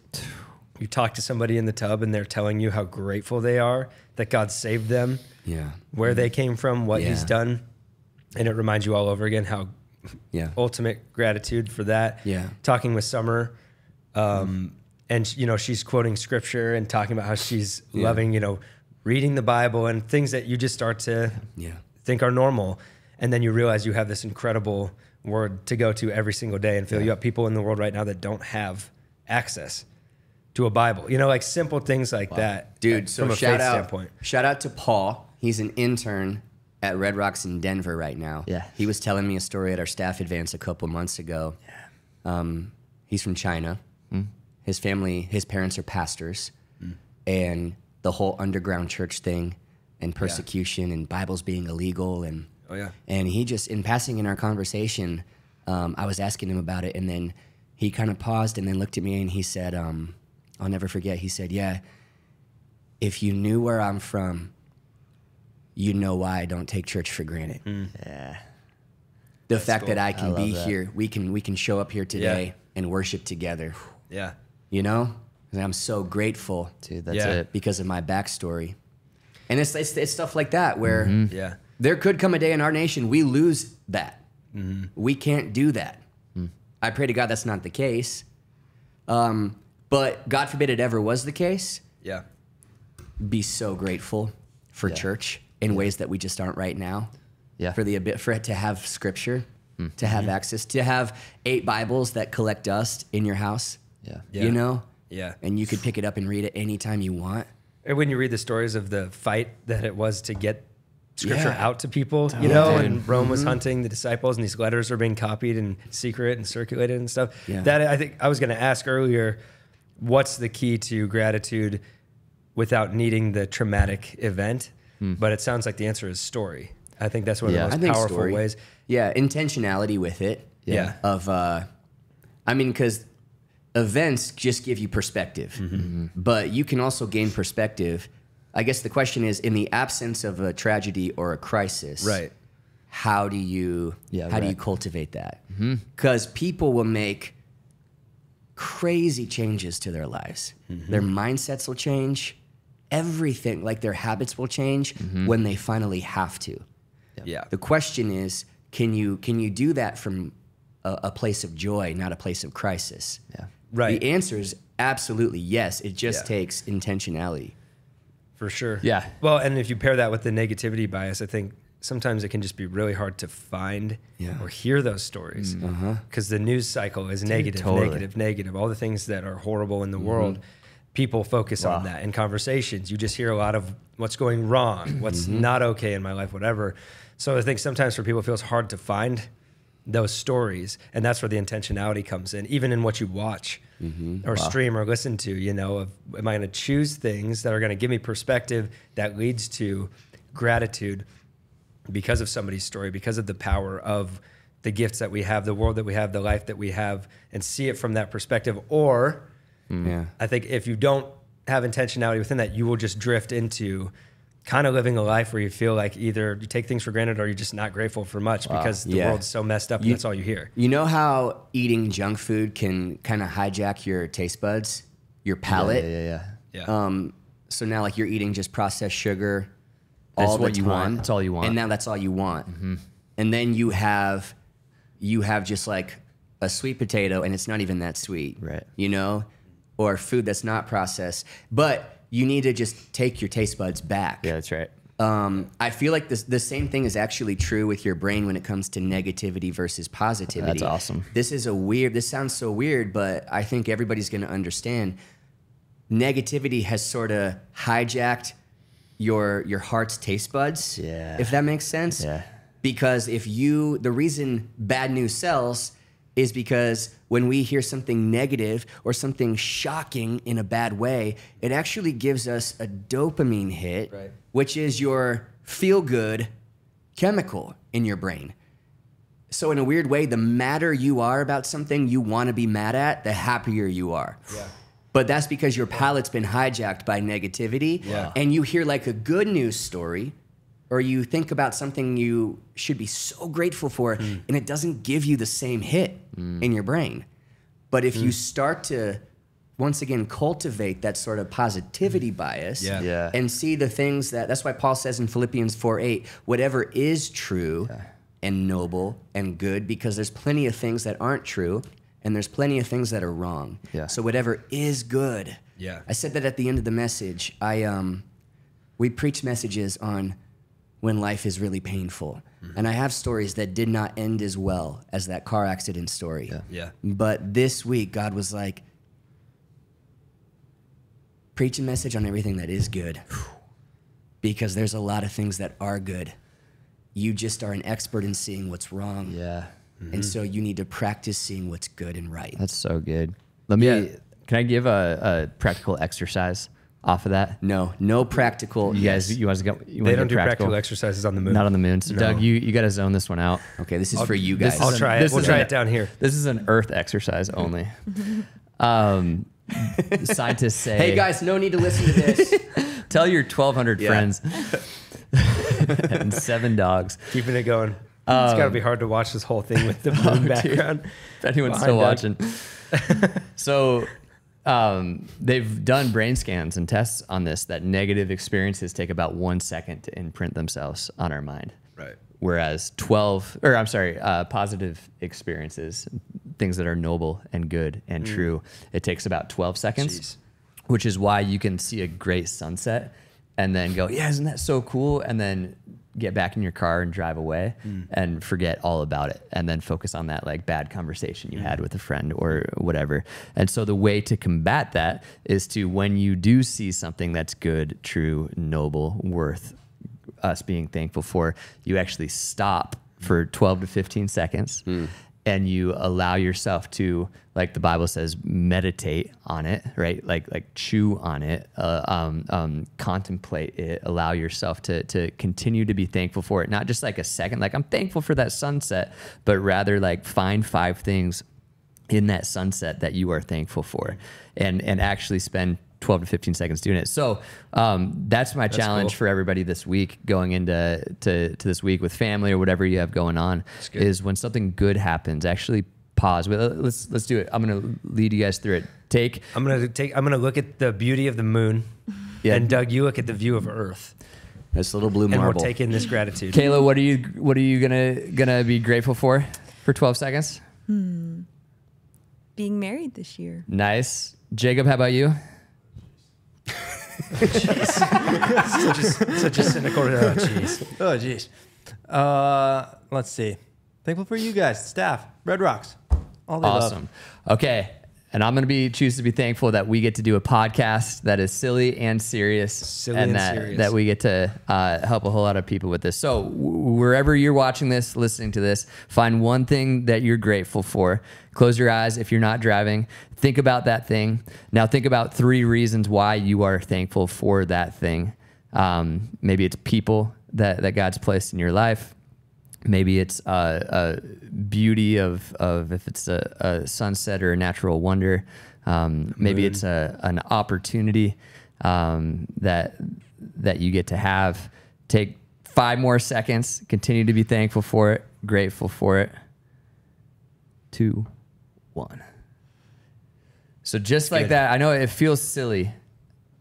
Speaker 1: you talk to somebody in the tub and they're telling you how grateful they are that God saved them,
Speaker 4: yeah.
Speaker 1: where they came from, what He's
Speaker 4: Mm-hmm. Yeah.
Speaker 1: done. And it reminds you all over again how
Speaker 4: Yeah.
Speaker 1: Oh. ultimate gratitude for that.
Speaker 4: Yeah.
Speaker 1: Talking with Summer, um, and you know she's quoting scripture and talking about how she's loving, you know, reading the Bible and things that you just start to
Speaker 4: Yeah.
Speaker 1: think are normal, and then you realize you have this incredible word to go to every single day and feel you have people in the world right now that don't have access to a Bible. You know, like simple things like that,
Speaker 4: Dude,
Speaker 1: uh,
Speaker 4: so
Speaker 1: from a
Speaker 4: shout
Speaker 1: faith
Speaker 4: out
Speaker 1: standpoint.
Speaker 4: shout out to Paul. He's an intern at Red Rocks in Denver right now.
Speaker 2: Yeah.
Speaker 4: He was telling me a story at our staff advance a couple months ago. Um, he's from China.
Speaker 1: Hmm.
Speaker 4: His family, his parents are pastors. And the whole underground church thing and persecution and Bibles being illegal and
Speaker 1: Oh yeah,
Speaker 4: and he just, in passing in our conversation, um, I was asking him about it, and then he kind of paused and then looked at me and he said, um, I'll never forget, he said, Yeah, if you knew where I'm from, you know why I don't take church for granted.
Speaker 2: yeah.
Speaker 4: The fact
Speaker 1: Hmm.
Speaker 4: that
Speaker 1: cool.
Speaker 4: I can
Speaker 2: love
Speaker 4: be
Speaker 2: that.
Speaker 4: here, we can we can show up here today and worship together.
Speaker 1: yeah,
Speaker 4: You know? And I'm so grateful
Speaker 2: Dude, that's
Speaker 1: Yeah.
Speaker 2: it.
Speaker 4: because of my backstory. And it's it's, it's stuff like that where
Speaker 2: Mm-hmm.
Speaker 1: yeah,
Speaker 4: there could come a day in our nation we lose that.
Speaker 1: Mm-hmm.
Speaker 4: We can't do that.
Speaker 2: Mm.
Speaker 4: I pray to God that's not the case. Um, but God forbid it ever was the case.
Speaker 1: yeah.
Speaker 4: Be so grateful for church in ways that we just aren't right now.
Speaker 2: Yeah. Mm.
Speaker 4: For the abi- for it to have scripture, to
Speaker 1: Mm-hmm.
Speaker 4: have access, to have eight Bibles that collect dust in your house.
Speaker 2: Yeah.
Speaker 1: Yeah.
Speaker 4: You know?
Speaker 1: Yeah.
Speaker 4: And you could pick it up and read it anytime you want.
Speaker 1: And when you read the stories of the fight that it was to get scripture
Speaker 4: Yeah. Mm-hmm.
Speaker 1: out to people, you know,
Speaker 2: dude.
Speaker 1: and Rome was hunting the disciples, and these letters are being copied and secret and circulated and stuff.
Speaker 4: Yeah.
Speaker 1: That I think I was going to ask earlier, what's the key to gratitude without needing the traumatic event? But it sounds like the answer is story. I think that's one
Speaker 2: Yeah.
Speaker 1: of the
Speaker 4: Hmm.
Speaker 1: most
Speaker 4: I think
Speaker 1: powerful
Speaker 4: story.
Speaker 1: ways.
Speaker 4: Yeah, intentionality with it.
Speaker 1: Yeah.
Speaker 4: Of, uh, I mean, because events just give you perspective,
Speaker 1: Mm-hmm.
Speaker 4: but you can also gain perspective. I guess the question is, in the absence of a tragedy or a crisis,
Speaker 1: Right.
Speaker 4: How do you
Speaker 2: Yeah,
Speaker 4: how do you
Speaker 2: right.
Speaker 4: cultivate that? Because people will make crazy changes to their lives. Their mindsets will change. Everything, like their habits, will change when they finally have to.
Speaker 1: Yeah.
Speaker 4: The question is, can you can you do that from a, a place of joy, not a place of crisis?
Speaker 2: Yeah.
Speaker 1: Right.
Speaker 4: The answer is absolutely yes. It just
Speaker 1: Yeah.
Speaker 4: takes intentionality.
Speaker 1: for sure.
Speaker 2: Yeah.
Speaker 1: Well, and if you pair that with the negativity bias, I think sometimes it can just be really hard to find
Speaker 4: Yeah.
Speaker 1: or hear those stories because the news cycle is negative,
Speaker 2: totally.
Speaker 1: negative, negative. All the things that are horrible in the world, people focus on that in conversations. You just hear a lot of what's going wrong, what's not okay in my life, whatever. So I think sometimes for people, it feels hard to find those stories and that's where the intentionality comes in even in what you watch or stream or listen to you know of am i going to choose things that are going to give me perspective that leads to gratitude because of somebody's story because of the power of the gifts that we have the world that we have the life that we have and see it from that perspective or
Speaker 4: Yeah.
Speaker 1: I think if you don't have intentionality within that, you will just drift into kind of living a life where you feel like either you take things for granted or you're just not grateful for much because the
Speaker 4: Yeah.
Speaker 1: world's so messed up and that's all you hear.
Speaker 4: You know how eating junk food can kind of hijack your taste buds, your palate.
Speaker 2: yeah, yeah.
Speaker 1: Yeah.
Speaker 4: Um, so now, like, you're eating just processed sugar
Speaker 2: That's
Speaker 4: all
Speaker 2: what
Speaker 4: the
Speaker 2: you want.
Speaker 4: time,
Speaker 2: That's all you want. Mm-hmm.
Speaker 4: And now that's all you want. And then you have, you have just like a sweet potato, and it's not even that sweet,
Speaker 2: Right.
Speaker 4: You know, or food that's not processed. But you need to just take your taste buds back.
Speaker 2: Yeah, that's right.
Speaker 4: Um, I feel like this the same thing is actually true with your brain when it comes to negativity versus positivity.
Speaker 2: That's awesome.
Speaker 4: This is a weird. This sounds so weird, but I think everybody's going to understand. Negativity has sort of hijacked your your heart's taste buds.
Speaker 2: Yeah.
Speaker 4: If that makes sense.
Speaker 2: Yeah.
Speaker 4: Because if you the reason bad news sells is because when we hear something negative or something shocking in a bad way, it actually gives us a dopamine hit,
Speaker 1: Right.
Speaker 4: which is your feel good chemical in your brain. So in a weird way, the madder you are about something you want to be mad at, the happier you are. Yeah. But that's because your palate's been hijacked by negativity,
Speaker 1: Yeah.
Speaker 4: and you hear like a good news story, or you think about something you should be so grateful for,
Speaker 1: Hmm.
Speaker 4: and it doesn't give you the same hit in your brain. But if
Speaker 1: Hmm.
Speaker 4: you start to once again cultivate that sort of positivity bias
Speaker 1: Hmm. Yeah.
Speaker 2: Yeah.
Speaker 4: and see the things that that's why Paul says in Philippians 4 8, whatever is true and noble and good, because there's plenty of things that aren't true and there's plenty of things that are wrong.
Speaker 2: Yeah.
Speaker 4: So whatever is good.
Speaker 1: Yeah.
Speaker 4: I said that at the end of the message. I um we preach messages on when life is really painful. And I have stories that did not end as well as that car accident story.
Speaker 1: Yeah.
Speaker 4: But this week, God was like, preach a message on everything that is good. Because there's a lot of things that are good. You just are an expert in seeing what's wrong.
Speaker 2: Yeah.
Speaker 4: And so you need to practice seeing what's good and right.
Speaker 2: That's so good. Let me.
Speaker 1: Yeah.
Speaker 2: Can I give a, a practical exercise off of that?
Speaker 4: no, no practical.
Speaker 2: You guys, you want to go? You
Speaker 1: They
Speaker 2: wanna
Speaker 1: don't
Speaker 2: get
Speaker 1: do practical exercises on the moon.
Speaker 2: Not on the moon. So, Doug,
Speaker 1: No.
Speaker 2: you you got to zone this one out.
Speaker 4: Okay, this is for you
Speaker 2: This
Speaker 4: guys.
Speaker 2: is
Speaker 1: I'll
Speaker 2: an-
Speaker 1: try it.
Speaker 2: this
Speaker 1: We'll
Speaker 2: is
Speaker 1: try
Speaker 2: an-
Speaker 1: it down here.
Speaker 2: This is an Earth exercise only. um, scientists say,
Speaker 4: hey guys, no need to listen to this.
Speaker 2: tell your 1,200
Speaker 4: Yeah.
Speaker 2: friends and seven dogs.
Speaker 1: Keeping it going. it's got to be hard to watch this whole thing with the
Speaker 2: Oh,
Speaker 1: moon background.
Speaker 2: If anyone's
Speaker 1: Behind
Speaker 2: still
Speaker 1: Doug.
Speaker 2: watching. so um, they've done brain scans and tests on this that negative experiences take about one second to imprint themselves on our mind.
Speaker 1: Right.
Speaker 2: Whereas 12, or I'm sorry, uh, positive experiences, things that are noble and good and true, it takes about 12 seconds,
Speaker 1: Jeez.
Speaker 2: which is why you can see a great sunset and then go, yeah, isn't that so cool? And then get back in your car and drive away and forget all about it and then focus on that like bad conversation you had with a friend or whatever. And so the way to combat that is to when you do see something that's good, true, noble, worth us being thankful for, you actually stop for 12 to 15 seconds and you allow yourself to, like the Bible says, meditate on it, right? Like, like chew on it, uh, um, um, contemplate it, allow yourself to, to continue to be thankful for it. Not just like a second, like I'm thankful for that sunset, but rather like find five things in that sunset that you are thankful for and and actually spend 12 to 15 seconds doing it so um, that's my challenge
Speaker 1: cool.
Speaker 2: for everybody this week going into to, to this week with family or whatever you have going on
Speaker 1: good.
Speaker 2: is when something good happens actually pause Well, let's let's do it i'm gonna lead you guys through it take
Speaker 1: I'm gonna take. I'm gonna look at the beauty of the moon,
Speaker 2: Yeah.
Speaker 1: and Doug, you look at the view of Earth,
Speaker 4: That's little blue
Speaker 1: and
Speaker 4: marble.
Speaker 1: we're taking this gratitude.
Speaker 2: kayla what are you what are you gonna gonna be grateful for for 12 seconds
Speaker 5: Being married this year.
Speaker 2: nice jacob how about you
Speaker 1: Such a cynical. Oh, jeez.
Speaker 6: Oh, jeez. Uh, let's see. Thankful for you guys, staff, Red Rocks, all they love.
Speaker 2: Awesome. Okay. And I'm going to be choose to be thankful that we get to do a podcast that is silly and serious,
Speaker 1: Silly and
Speaker 2: that
Speaker 1: serious.
Speaker 2: that we get to uh, help a whole lot of people with this. So w- wherever you're watching this, listening to this, find one thing that you're grateful for. Close your eyes if you're not driving. Think about that thing. Now think about three reasons why you are thankful for that thing. Um, maybe it's people that that God's placed in your life maybe it's uh, a beauty of, of if it's a, a sunset or a natural wonder Um, maybe it's a, an opportunity um, that that you get to have. Take five more seconds. Continue to be thankful for it, grateful for it. Two, one. So just like that, I know it feels silly,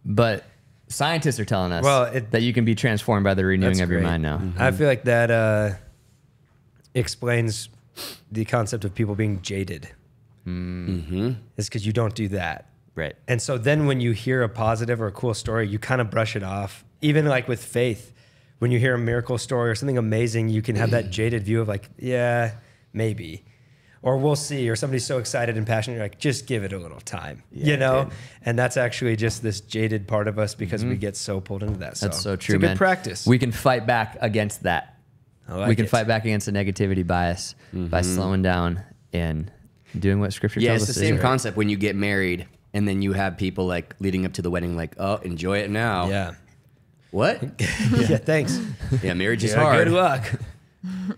Speaker 2: but scientists are telling us
Speaker 1: Well, it-
Speaker 2: that you can be transformed by the renewing
Speaker 1: That's
Speaker 2: of your
Speaker 1: great. Mm-hmm.
Speaker 2: mind now.
Speaker 1: I feel like that uh, explains the concept of people being jaded. Mm-hmm. It's because you don't do that.
Speaker 2: Right.
Speaker 1: And so then when you hear a positive or a cool story, you kind of brush it off. Even like with faith, when you hear a miracle story or something amazing, you can have that jaded view of like, yeah, maybe. Or we'll see, or somebody's so excited and passionate, you're like, just give it a little time, you know. And that's actually just this jaded part of us because
Speaker 4: Mm-hmm.
Speaker 1: we get so pulled into that.
Speaker 2: That's so true,
Speaker 1: It's a good
Speaker 2: man.
Speaker 1: practice.
Speaker 2: We can fight back against that.
Speaker 1: I like
Speaker 2: we can
Speaker 1: it.
Speaker 2: fight back against the negativity bias by slowing down and doing what Scripture
Speaker 4: Yeah,
Speaker 2: tells
Speaker 4: it's the
Speaker 2: us.
Speaker 4: same
Speaker 2: to do.
Speaker 4: concept when you get married and then you have people like leading up to the wedding, like, oh, enjoy it now.
Speaker 1: Yeah.
Speaker 4: What?
Speaker 1: yeah. Thanks.
Speaker 4: Yeah, marriage is
Speaker 1: Yeah,
Speaker 4: hard.
Speaker 1: Good luck.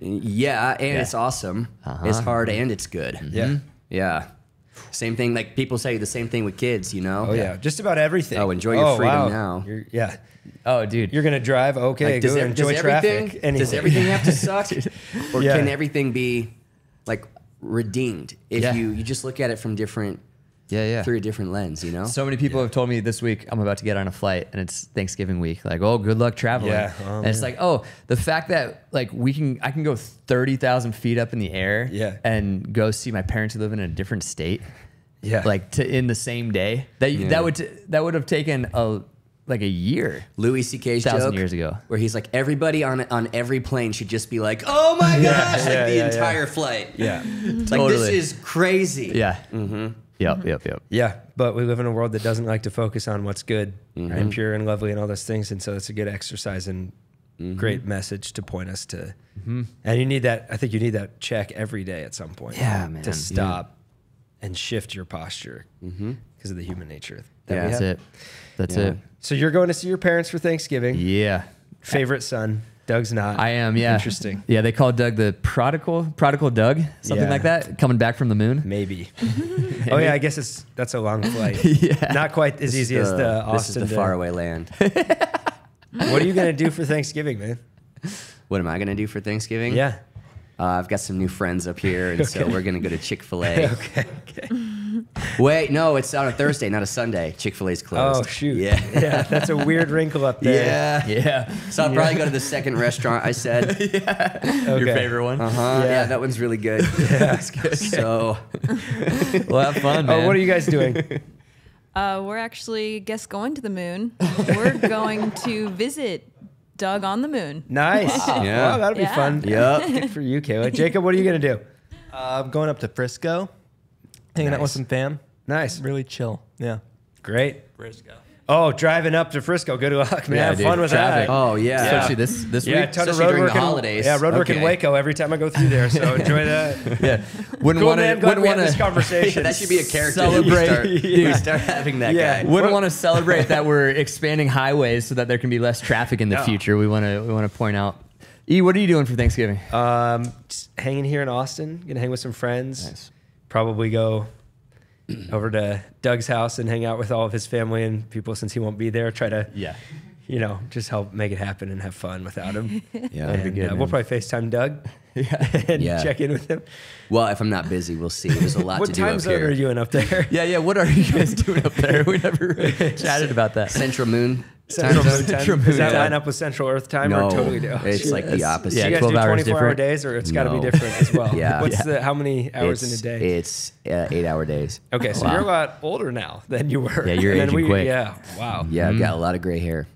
Speaker 4: Yeah, and it's awesome.
Speaker 2: Uh-huh.
Speaker 4: It's hard and it's good.
Speaker 2: Mm-hmm.
Speaker 1: Yeah.
Speaker 4: Yeah. Same thing, like people say the same thing with kids, you know?
Speaker 1: Oh yeah. Just about everything.
Speaker 4: Oh, enjoy your freedom now.
Speaker 1: You're, yeah.
Speaker 2: Oh, dude.
Speaker 1: You're gonna drive. Okay.
Speaker 4: Like, does,
Speaker 1: go
Speaker 4: ev- does
Speaker 1: enjoy traffic.
Speaker 4: everything does
Speaker 1: anything.
Speaker 4: everything have to suck, or
Speaker 1: Yeah.
Speaker 4: can everything be like redeemed if
Speaker 2: Yeah.
Speaker 4: you you just look at it from different
Speaker 2: yeah, yeah.
Speaker 4: through a different lens? You know,
Speaker 2: So many people have told me this week I'm about to get on a flight and it's Thanksgiving week. Like, oh, good luck traveling.
Speaker 1: Yeah. Oh,
Speaker 2: and it's like, oh, the fact that like we can, I can go thirty thousand feet up in the air,
Speaker 1: Yeah.
Speaker 2: and go see my parents who live in a different state,
Speaker 1: Yeah.
Speaker 2: like to in the same day. That that would t- that would have taken a like a year.
Speaker 4: Louis C.K.'s
Speaker 2: Thousand
Speaker 4: joke
Speaker 2: years ago.
Speaker 4: where he's like, everybody on on every plane should just be like, oh my gosh, like
Speaker 1: yeah,
Speaker 4: the
Speaker 1: yeah,
Speaker 4: entire flight.
Speaker 1: Yeah.
Speaker 4: like this
Speaker 2: Totally.
Speaker 4: is crazy.
Speaker 2: Yeah. Mm-hmm. Yep. Yep. Yep.
Speaker 1: Yeah. But we live in a world that doesn't like to focus on what's good
Speaker 4: Mm-hmm.
Speaker 1: and pure and lovely and all those things, and so it's a good exercise and
Speaker 4: Mm-hmm.
Speaker 1: great message to point us to. And you need that. I think you need that check every day at some point.
Speaker 2: Yeah, man.
Speaker 1: To stop and shift your posture because of the human nature. That
Speaker 4: Mm-hmm. Yeah.
Speaker 1: we
Speaker 2: That's
Speaker 1: have.
Speaker 2: it. That's
Speaker 4: Yeah.
Speaker 2: it.
Speaker 1: So you're going to see your parents for Thanksgiving.
Speaker 2: Yeah.
Speaker 1: Favorite son. Doug's not.
Speaker 2: I am, yeah.
Speaker 1: Interesting.
Speaker 2: Yeah, they call Doug the prodigal, prodigal Doug, something
Speaker 1: Yeah.
Speaker 2: like that, coming back from the moon.
Speaker 1: Maybe. oh yeah, I guess it's that's a long flight.
Speaker 2: Yeah.
Speaker 1: Not quite as easy as the
Speaker 4: this is
Speaker 1: uh, Austin.
Speaker 4: the
Speaker 1: to-
Speaker 4: faraway land.
Speaker 1: What are you gonna do for Thanksgiving, man?
Speaker 4: what am I gonna do for Thanksgiving?
Speaker 1: Yeah.
Speaker 4: Uh, I've got some new friends up here, and so we're gonna go to Chick Fil A. okay, Wait, no, it's on a Thursday, not a Sunday. Chick Fil A's closed.
Speaker 1: Oh shoot.
Speaker 4: Yeah.
Speaker 1: Yeah. That's a weird wrinkle up there.
Speaker 4: Yeah.
Speaker 2: Yeah.
Speaker 4: So I'll probably go to the second restaurant I said. Uh-huh.
Speaker 1: Yeah.
Speaker 2: Your favorite one?
Speaker 1: Uh-huh.
Speaker 4: Yeah.
Speaker 1: Yeah.
Speaker 4: that one's really good. So
Speaker 2: Well, have fun, man.
Speaker 1: Oh, what are you guys doing?
Speaker 5: Uh, we're actually, I guess, going to the moon. we're going to visit Doug on the moon.
Speaker 1: Nice.
Speaker 4: Yeah.
Speaker 1: Wow, that'll be
Speaker 5: Yeah.
Speaker 1: fun.
Speaker 4: Yep.
Speaker 1: Good for you, Kayla. Jacob, what are you gonna do?
Speaker 6: Uh, I'm going up to Frisco, hanging out with some fam.
Speaker 1: Nice.
Speaker 6: Really chill. Yeah.
Speaker 1: Great.
Speaker 6: Frisco.
Speaker 1: Oh, driving up to Frisco. Good luck, man.
Speaker 2: Yeah,
Speaker 1: Have
Speaker 2: dude.
Speaker 1: fun with
Speaker 2: Traffic.
Speaker 1: that.
Speaker 4: Oh yeah.
Speaker 2: Especially this this
Speaker 1: Yeah, a
Speaker 2: week.
Speaker 1: ton of
Speaker 4: especially
Speaker 1: road
Speaker 4: during
Speaker 1: work
Speaker 4: the
Speaker 1: in-
Speaker 4: holidays.
Speaker 1: yeah, road work in
Speaker 4: Okay.
Speaker 1: Waco every time I go through there. So enjoy that.
Speaker 2: Yeah. Wouldn't
Speaker 1: Cool,
Speaker 2: want
Speaker 1: man.
Speaker 2: to
Speaker 1: Glad we had
Speaker 2: wouldn't
Speaker 1: this
Speaker 2: want
Speaker 1: conversation.
Speaker 4: That should be a character.
Speaker 2: Celebrate.
Speaker 4: That we start, we
Speaker 2: Yeah.
Speaker 4: start having that
Speaker 1: Yeah.
Speaker 4: guy.
Speaker 2: wouldn't want to celebrate that we're expanding highways so that there can be less traffic in the
Speaker 1: No.
Speaker 2: future. We want to we want to point out. E, what are you doing for Thanksgiving?
Speaker 1: Um, just hanging here in Austin, gonna hang with some friends.
Speaker 2: Nice.
Speaker 1: Probably go over to Doug's house and hang out with all of his family and people since he won't be there. Try to,
Speaker 2: yeah.
Speaker 1: you know, just help make it happen and have fun without him.
Speaker 4: Yeah.
Speaker 1: and, uh, we'll probably Facetime Doug and
Speaker 4: Yeah.
Speaker 1: check in with him.
Speaker 4: Well, if I'm not busy, we'll see. There's a lot
Speaker 1: what
Speaker 4: to do
Speaker 1: time
Speaker 4: up
Speaker 1: zone are
Speaker 4: here.
Speaker 1: you in up there?
Speaker 2: Yeah, yeah. What are you guys doing up there? We never chatted about that.
Speaker 4: Central Moon.
Speaker 1: Central Moon time.
Speaker 2: Central
Speaker 1: Does that
Speaker 2: Moon.
Speaker 1: line up with Central Earth time
Speaker 4: No,
Speaker 1: or totally different?
Speaker 4: it's like the opposite.
Speaker 2: yeah,
Speaker 1: you guys
Speaker 2: 12
Speaker 1: do
Speaker 2: hours
Speaker 1: 24 hour
Speaker 2: different.
Speaker 1: days or it's got to
Speaker 4: No.
Speaker 1: be different as well.
Speaker 4: Yeah.
Speaker 1: What's
Speaker 4: Yeah.
Speaker 1: the how many hours
Speaker 4: it's,
Speaker 1: in a day?
Speaker 4: It's uh, eight hour days.
Speaker 1: Okay, so
Speaker 4: Wow.
Speaker 1: you're a lot older now than you were.
Speaker 2: Yeah, you're
Speaker 1: And then
Speaker 2: aging
Speaker 1: we-
Speaker 2: quick.
Speaker 1: Yeah, wow.
Speaker 4: Yeah, I've
Speaker 2: Hmm.
Speaker 4: got a lot of gray hair.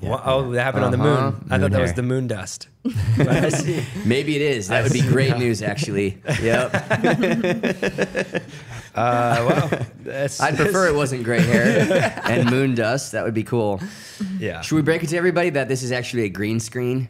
Speaker 1: Wha- Oh, that happened on the moon.
Speaker 4: Uh-huh.
Speaker 1: I thought that was
Speaker 2: hair.
Speaker 1: the moon dust. But I see.
Speaker 4: Maybe it is. That would be great news, actually. Yep.
Speaker 1: Uh, wow. That's,
Speaker 4: I'd prefer it wasn't gray hair and moon dust. That would be cool.
Speaker 1: Yeah.
Speaker 4: Should we break it to everybody that this is actually a green screen?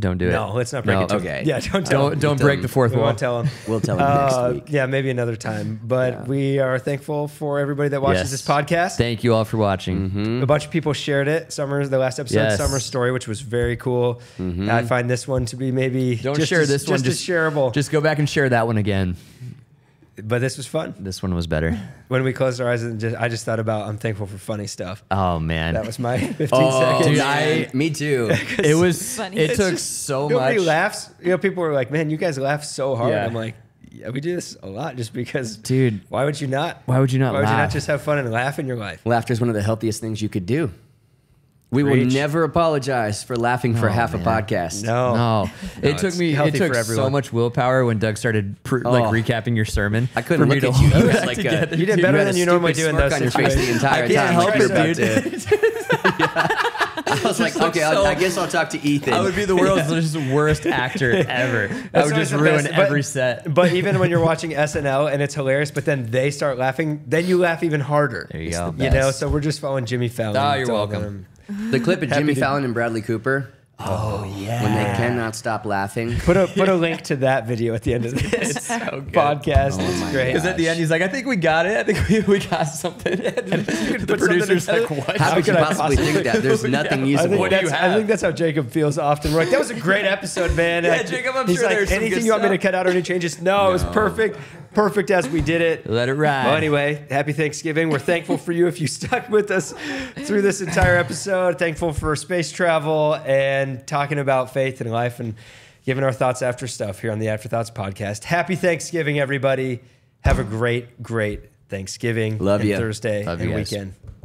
Speaker 2: Don't do it.
Speaker 1: No, let's not break
Speaker 2: No,
Speaker 1: it. to-
Speaker 4: okay.
Speaker 1: Yeah, don't tell.
Speaker 2: Don't
Speaker 1: them.
Speaker 2: don't break the fourth
Speaker 1: We
Speaker 2: wall.
Speaker 1: won't tell them.
Speaker 4: We'll tell them
Speaker 1: Uh,
Speaker 4: next week.
Speaker 1: yeah, maybe another time. But we are thankful for everybody that watches
Speaker 2: Yes.
Speaker 1: this podcast.
Speaker 2: Thank you all for watching.
Speaker 1: A bunch of people shared it. Summer's the last episode,
Speaker 2: Yes. Mm-hmm.
Speaker 1: Summer's story, which was very cool. I find this one to be maybe
Speaker 2: Don't
Speaker 1: just
Speaker 2: share
Speaker 1: as-
Speaker 2: this one.
Speaker 1: just as shareable.
Speaker 2: Just go back and share that one again.
Speaker 1: But this was fun.
Speaker 2: This one was better.
Speaker 1: When we closed our eyes, and just, I just thought about I'm thankful for funny stuff.
Speaker 2: Oh man,
Speaker 1: That was my 15
Speaker 4: Oh,
Speaker 1: seconds.
Speaker 2: Dude,
Speaker 4: man,
Speaker 2: I-
Speaker 4: me too.
Speaker 2: it was.
Speaker 5: Funny.
Speaker 2: It
Speaker 5: It's
Speaker 2: took
Speaker 1: just-
Speaker 2: so
Speaker 1: Nobody
Speaker 2: much.
Speaker 1: laughs. You know, people were like, "Man, you guys laugh so hard."
Speaker 2: Yeah.
Speaker 1: I'm like, "Yeah, we do this a lot, just because."
Speaker 2: Dude.
Speaker 1: why would you not?
Speaker 2: Why would you not
Speaker 1: Why would you not
Speaker 2: laugh?
Speaker 1: just have fun and laugh in your life?
Speaker 4: Laughter is one of the healthiest things you could do. We will
Speaker 1: Preach.
Speaker 4: never apologize for laughing for
Speaker 2: Oh,
Speaker 4: half a
Speaker 2: man.
Speaker 4: podcast.
Speaker 1: oh. No,
Speaker 2: No, it took
Speaker 1: it's
Speaker 2: me. It
Speaker 1: healthy
Speaker 2: took
Speaker 1: for
Speaker 2: so
Speaker 1: everyone.
Speaker 2: much willpower when Doug started pr- like
Speaker 4: Oh.
Speaker 2: recapping your sermon.
Speaker 4: I couldn't
Speaker 2: for me
Speaker 4: look
Speaker 2: to
Speaker 4: at you.
Speaker 2: hold
Speaker 4: You
Speaker 2: that
Speaker 4: had like a-
Speaker 2: together.
Speaker 1: you did better
Speaker 4: had
Speaker 1: than
Speaker 4: a
Speaker 1: you normally
Speaker 4: stupid
Speaker 1: do in those
Speaker 4: smirk on your face the
Speaker 1: situations.
Speaker 4: entire
Speaker 1: I can't
Speaker 4: time.
Speaker 1: help
Speaker 4: like
Speaker 1: it,
Speaker 4: you're about
Speaker 1: dude.
Speaker 4: to- I was like, okay, I'll, I guess I'll talk to Ethan.
Speaker 2: I would be the world's just worst actor ever. I
Speaker 1: That's
Speaker 2: would
Speaker 1: always
Speaker 2: just
Speaker 1: the
Speaker 2: ruin
Speaker 1: best, but-
Speaker 2: every set.
Speaker 1: But even when you're watching SNL and it's hilarious, but then they start laughing, then you laugh even harder.
Speaker 2: There you go.
Speaker 1: You know, so we're just following Jimmy Fallon.
Speaker 2: Ah, you're
Speaker 1: It's all
Speaker 2: welcome.
Speaker 1: them.
Speaker 4: the clip of Jimmy
Speaker 1: to-
Speaker 4: Fallon and Bradley Cooper. Oh yeah, when they cannot stop laughing.
Speaker 1: Put a put a link to that video at the end of this
Speaker 2: Oh,
Speaker 1: podcast. it's great.
Speaker 2: Because at the end, he's like, I think we got it. I think we, we got something. And the
Speaker 1: put something
Speaker 2: producer's like,
Speaker 1: together.
Speaker 2: what?
Speaker 4: How could you
Speaker 1: could I
Speaker 4: possibly think that? There's nothing
Speaker 1: I
Speaker 4: usable.
Speaker 1: think,
Speaker 2: What do you
Speaker 1: that's,
Speaker 2: have?
Speaker 1: I think that's how Jacob feels often. We're like, that was a great episode, man.
Speaker 2: Yeah,
Speaker 1: I-
Speaker 2: Jacob, I'm
Speaker 1: he's
Speaker 2: sure
Speaker 1: like,
Speaker 2: there's some
Speaker 1: anything
Speaker 2: good
Speaker 1: you want me to
Speaker 2: stuff."
Speaker 1: cut out or any changes? No, it was perfect, perfect as we did it.
Speaker 2: Let it ride.
Speaker 1: Well, anyway, happy Thanksgiving. We're thankful for you if you stuck with us through this entire episode. Thankful for space travel and talking about faith and life and giving our thoughts after stuff here on the Afterthoughts podcast. Happy Thanksgiving, everybody. Have a great, great Thanksgiving
Speaker 4: Love
Speaker 1: and
Speaker 4: ya.
Speaker 1: Thursday
Speaker 2: Love you
Speaker 1: and
Speaker 2: guys.
Speaker 1: weekend.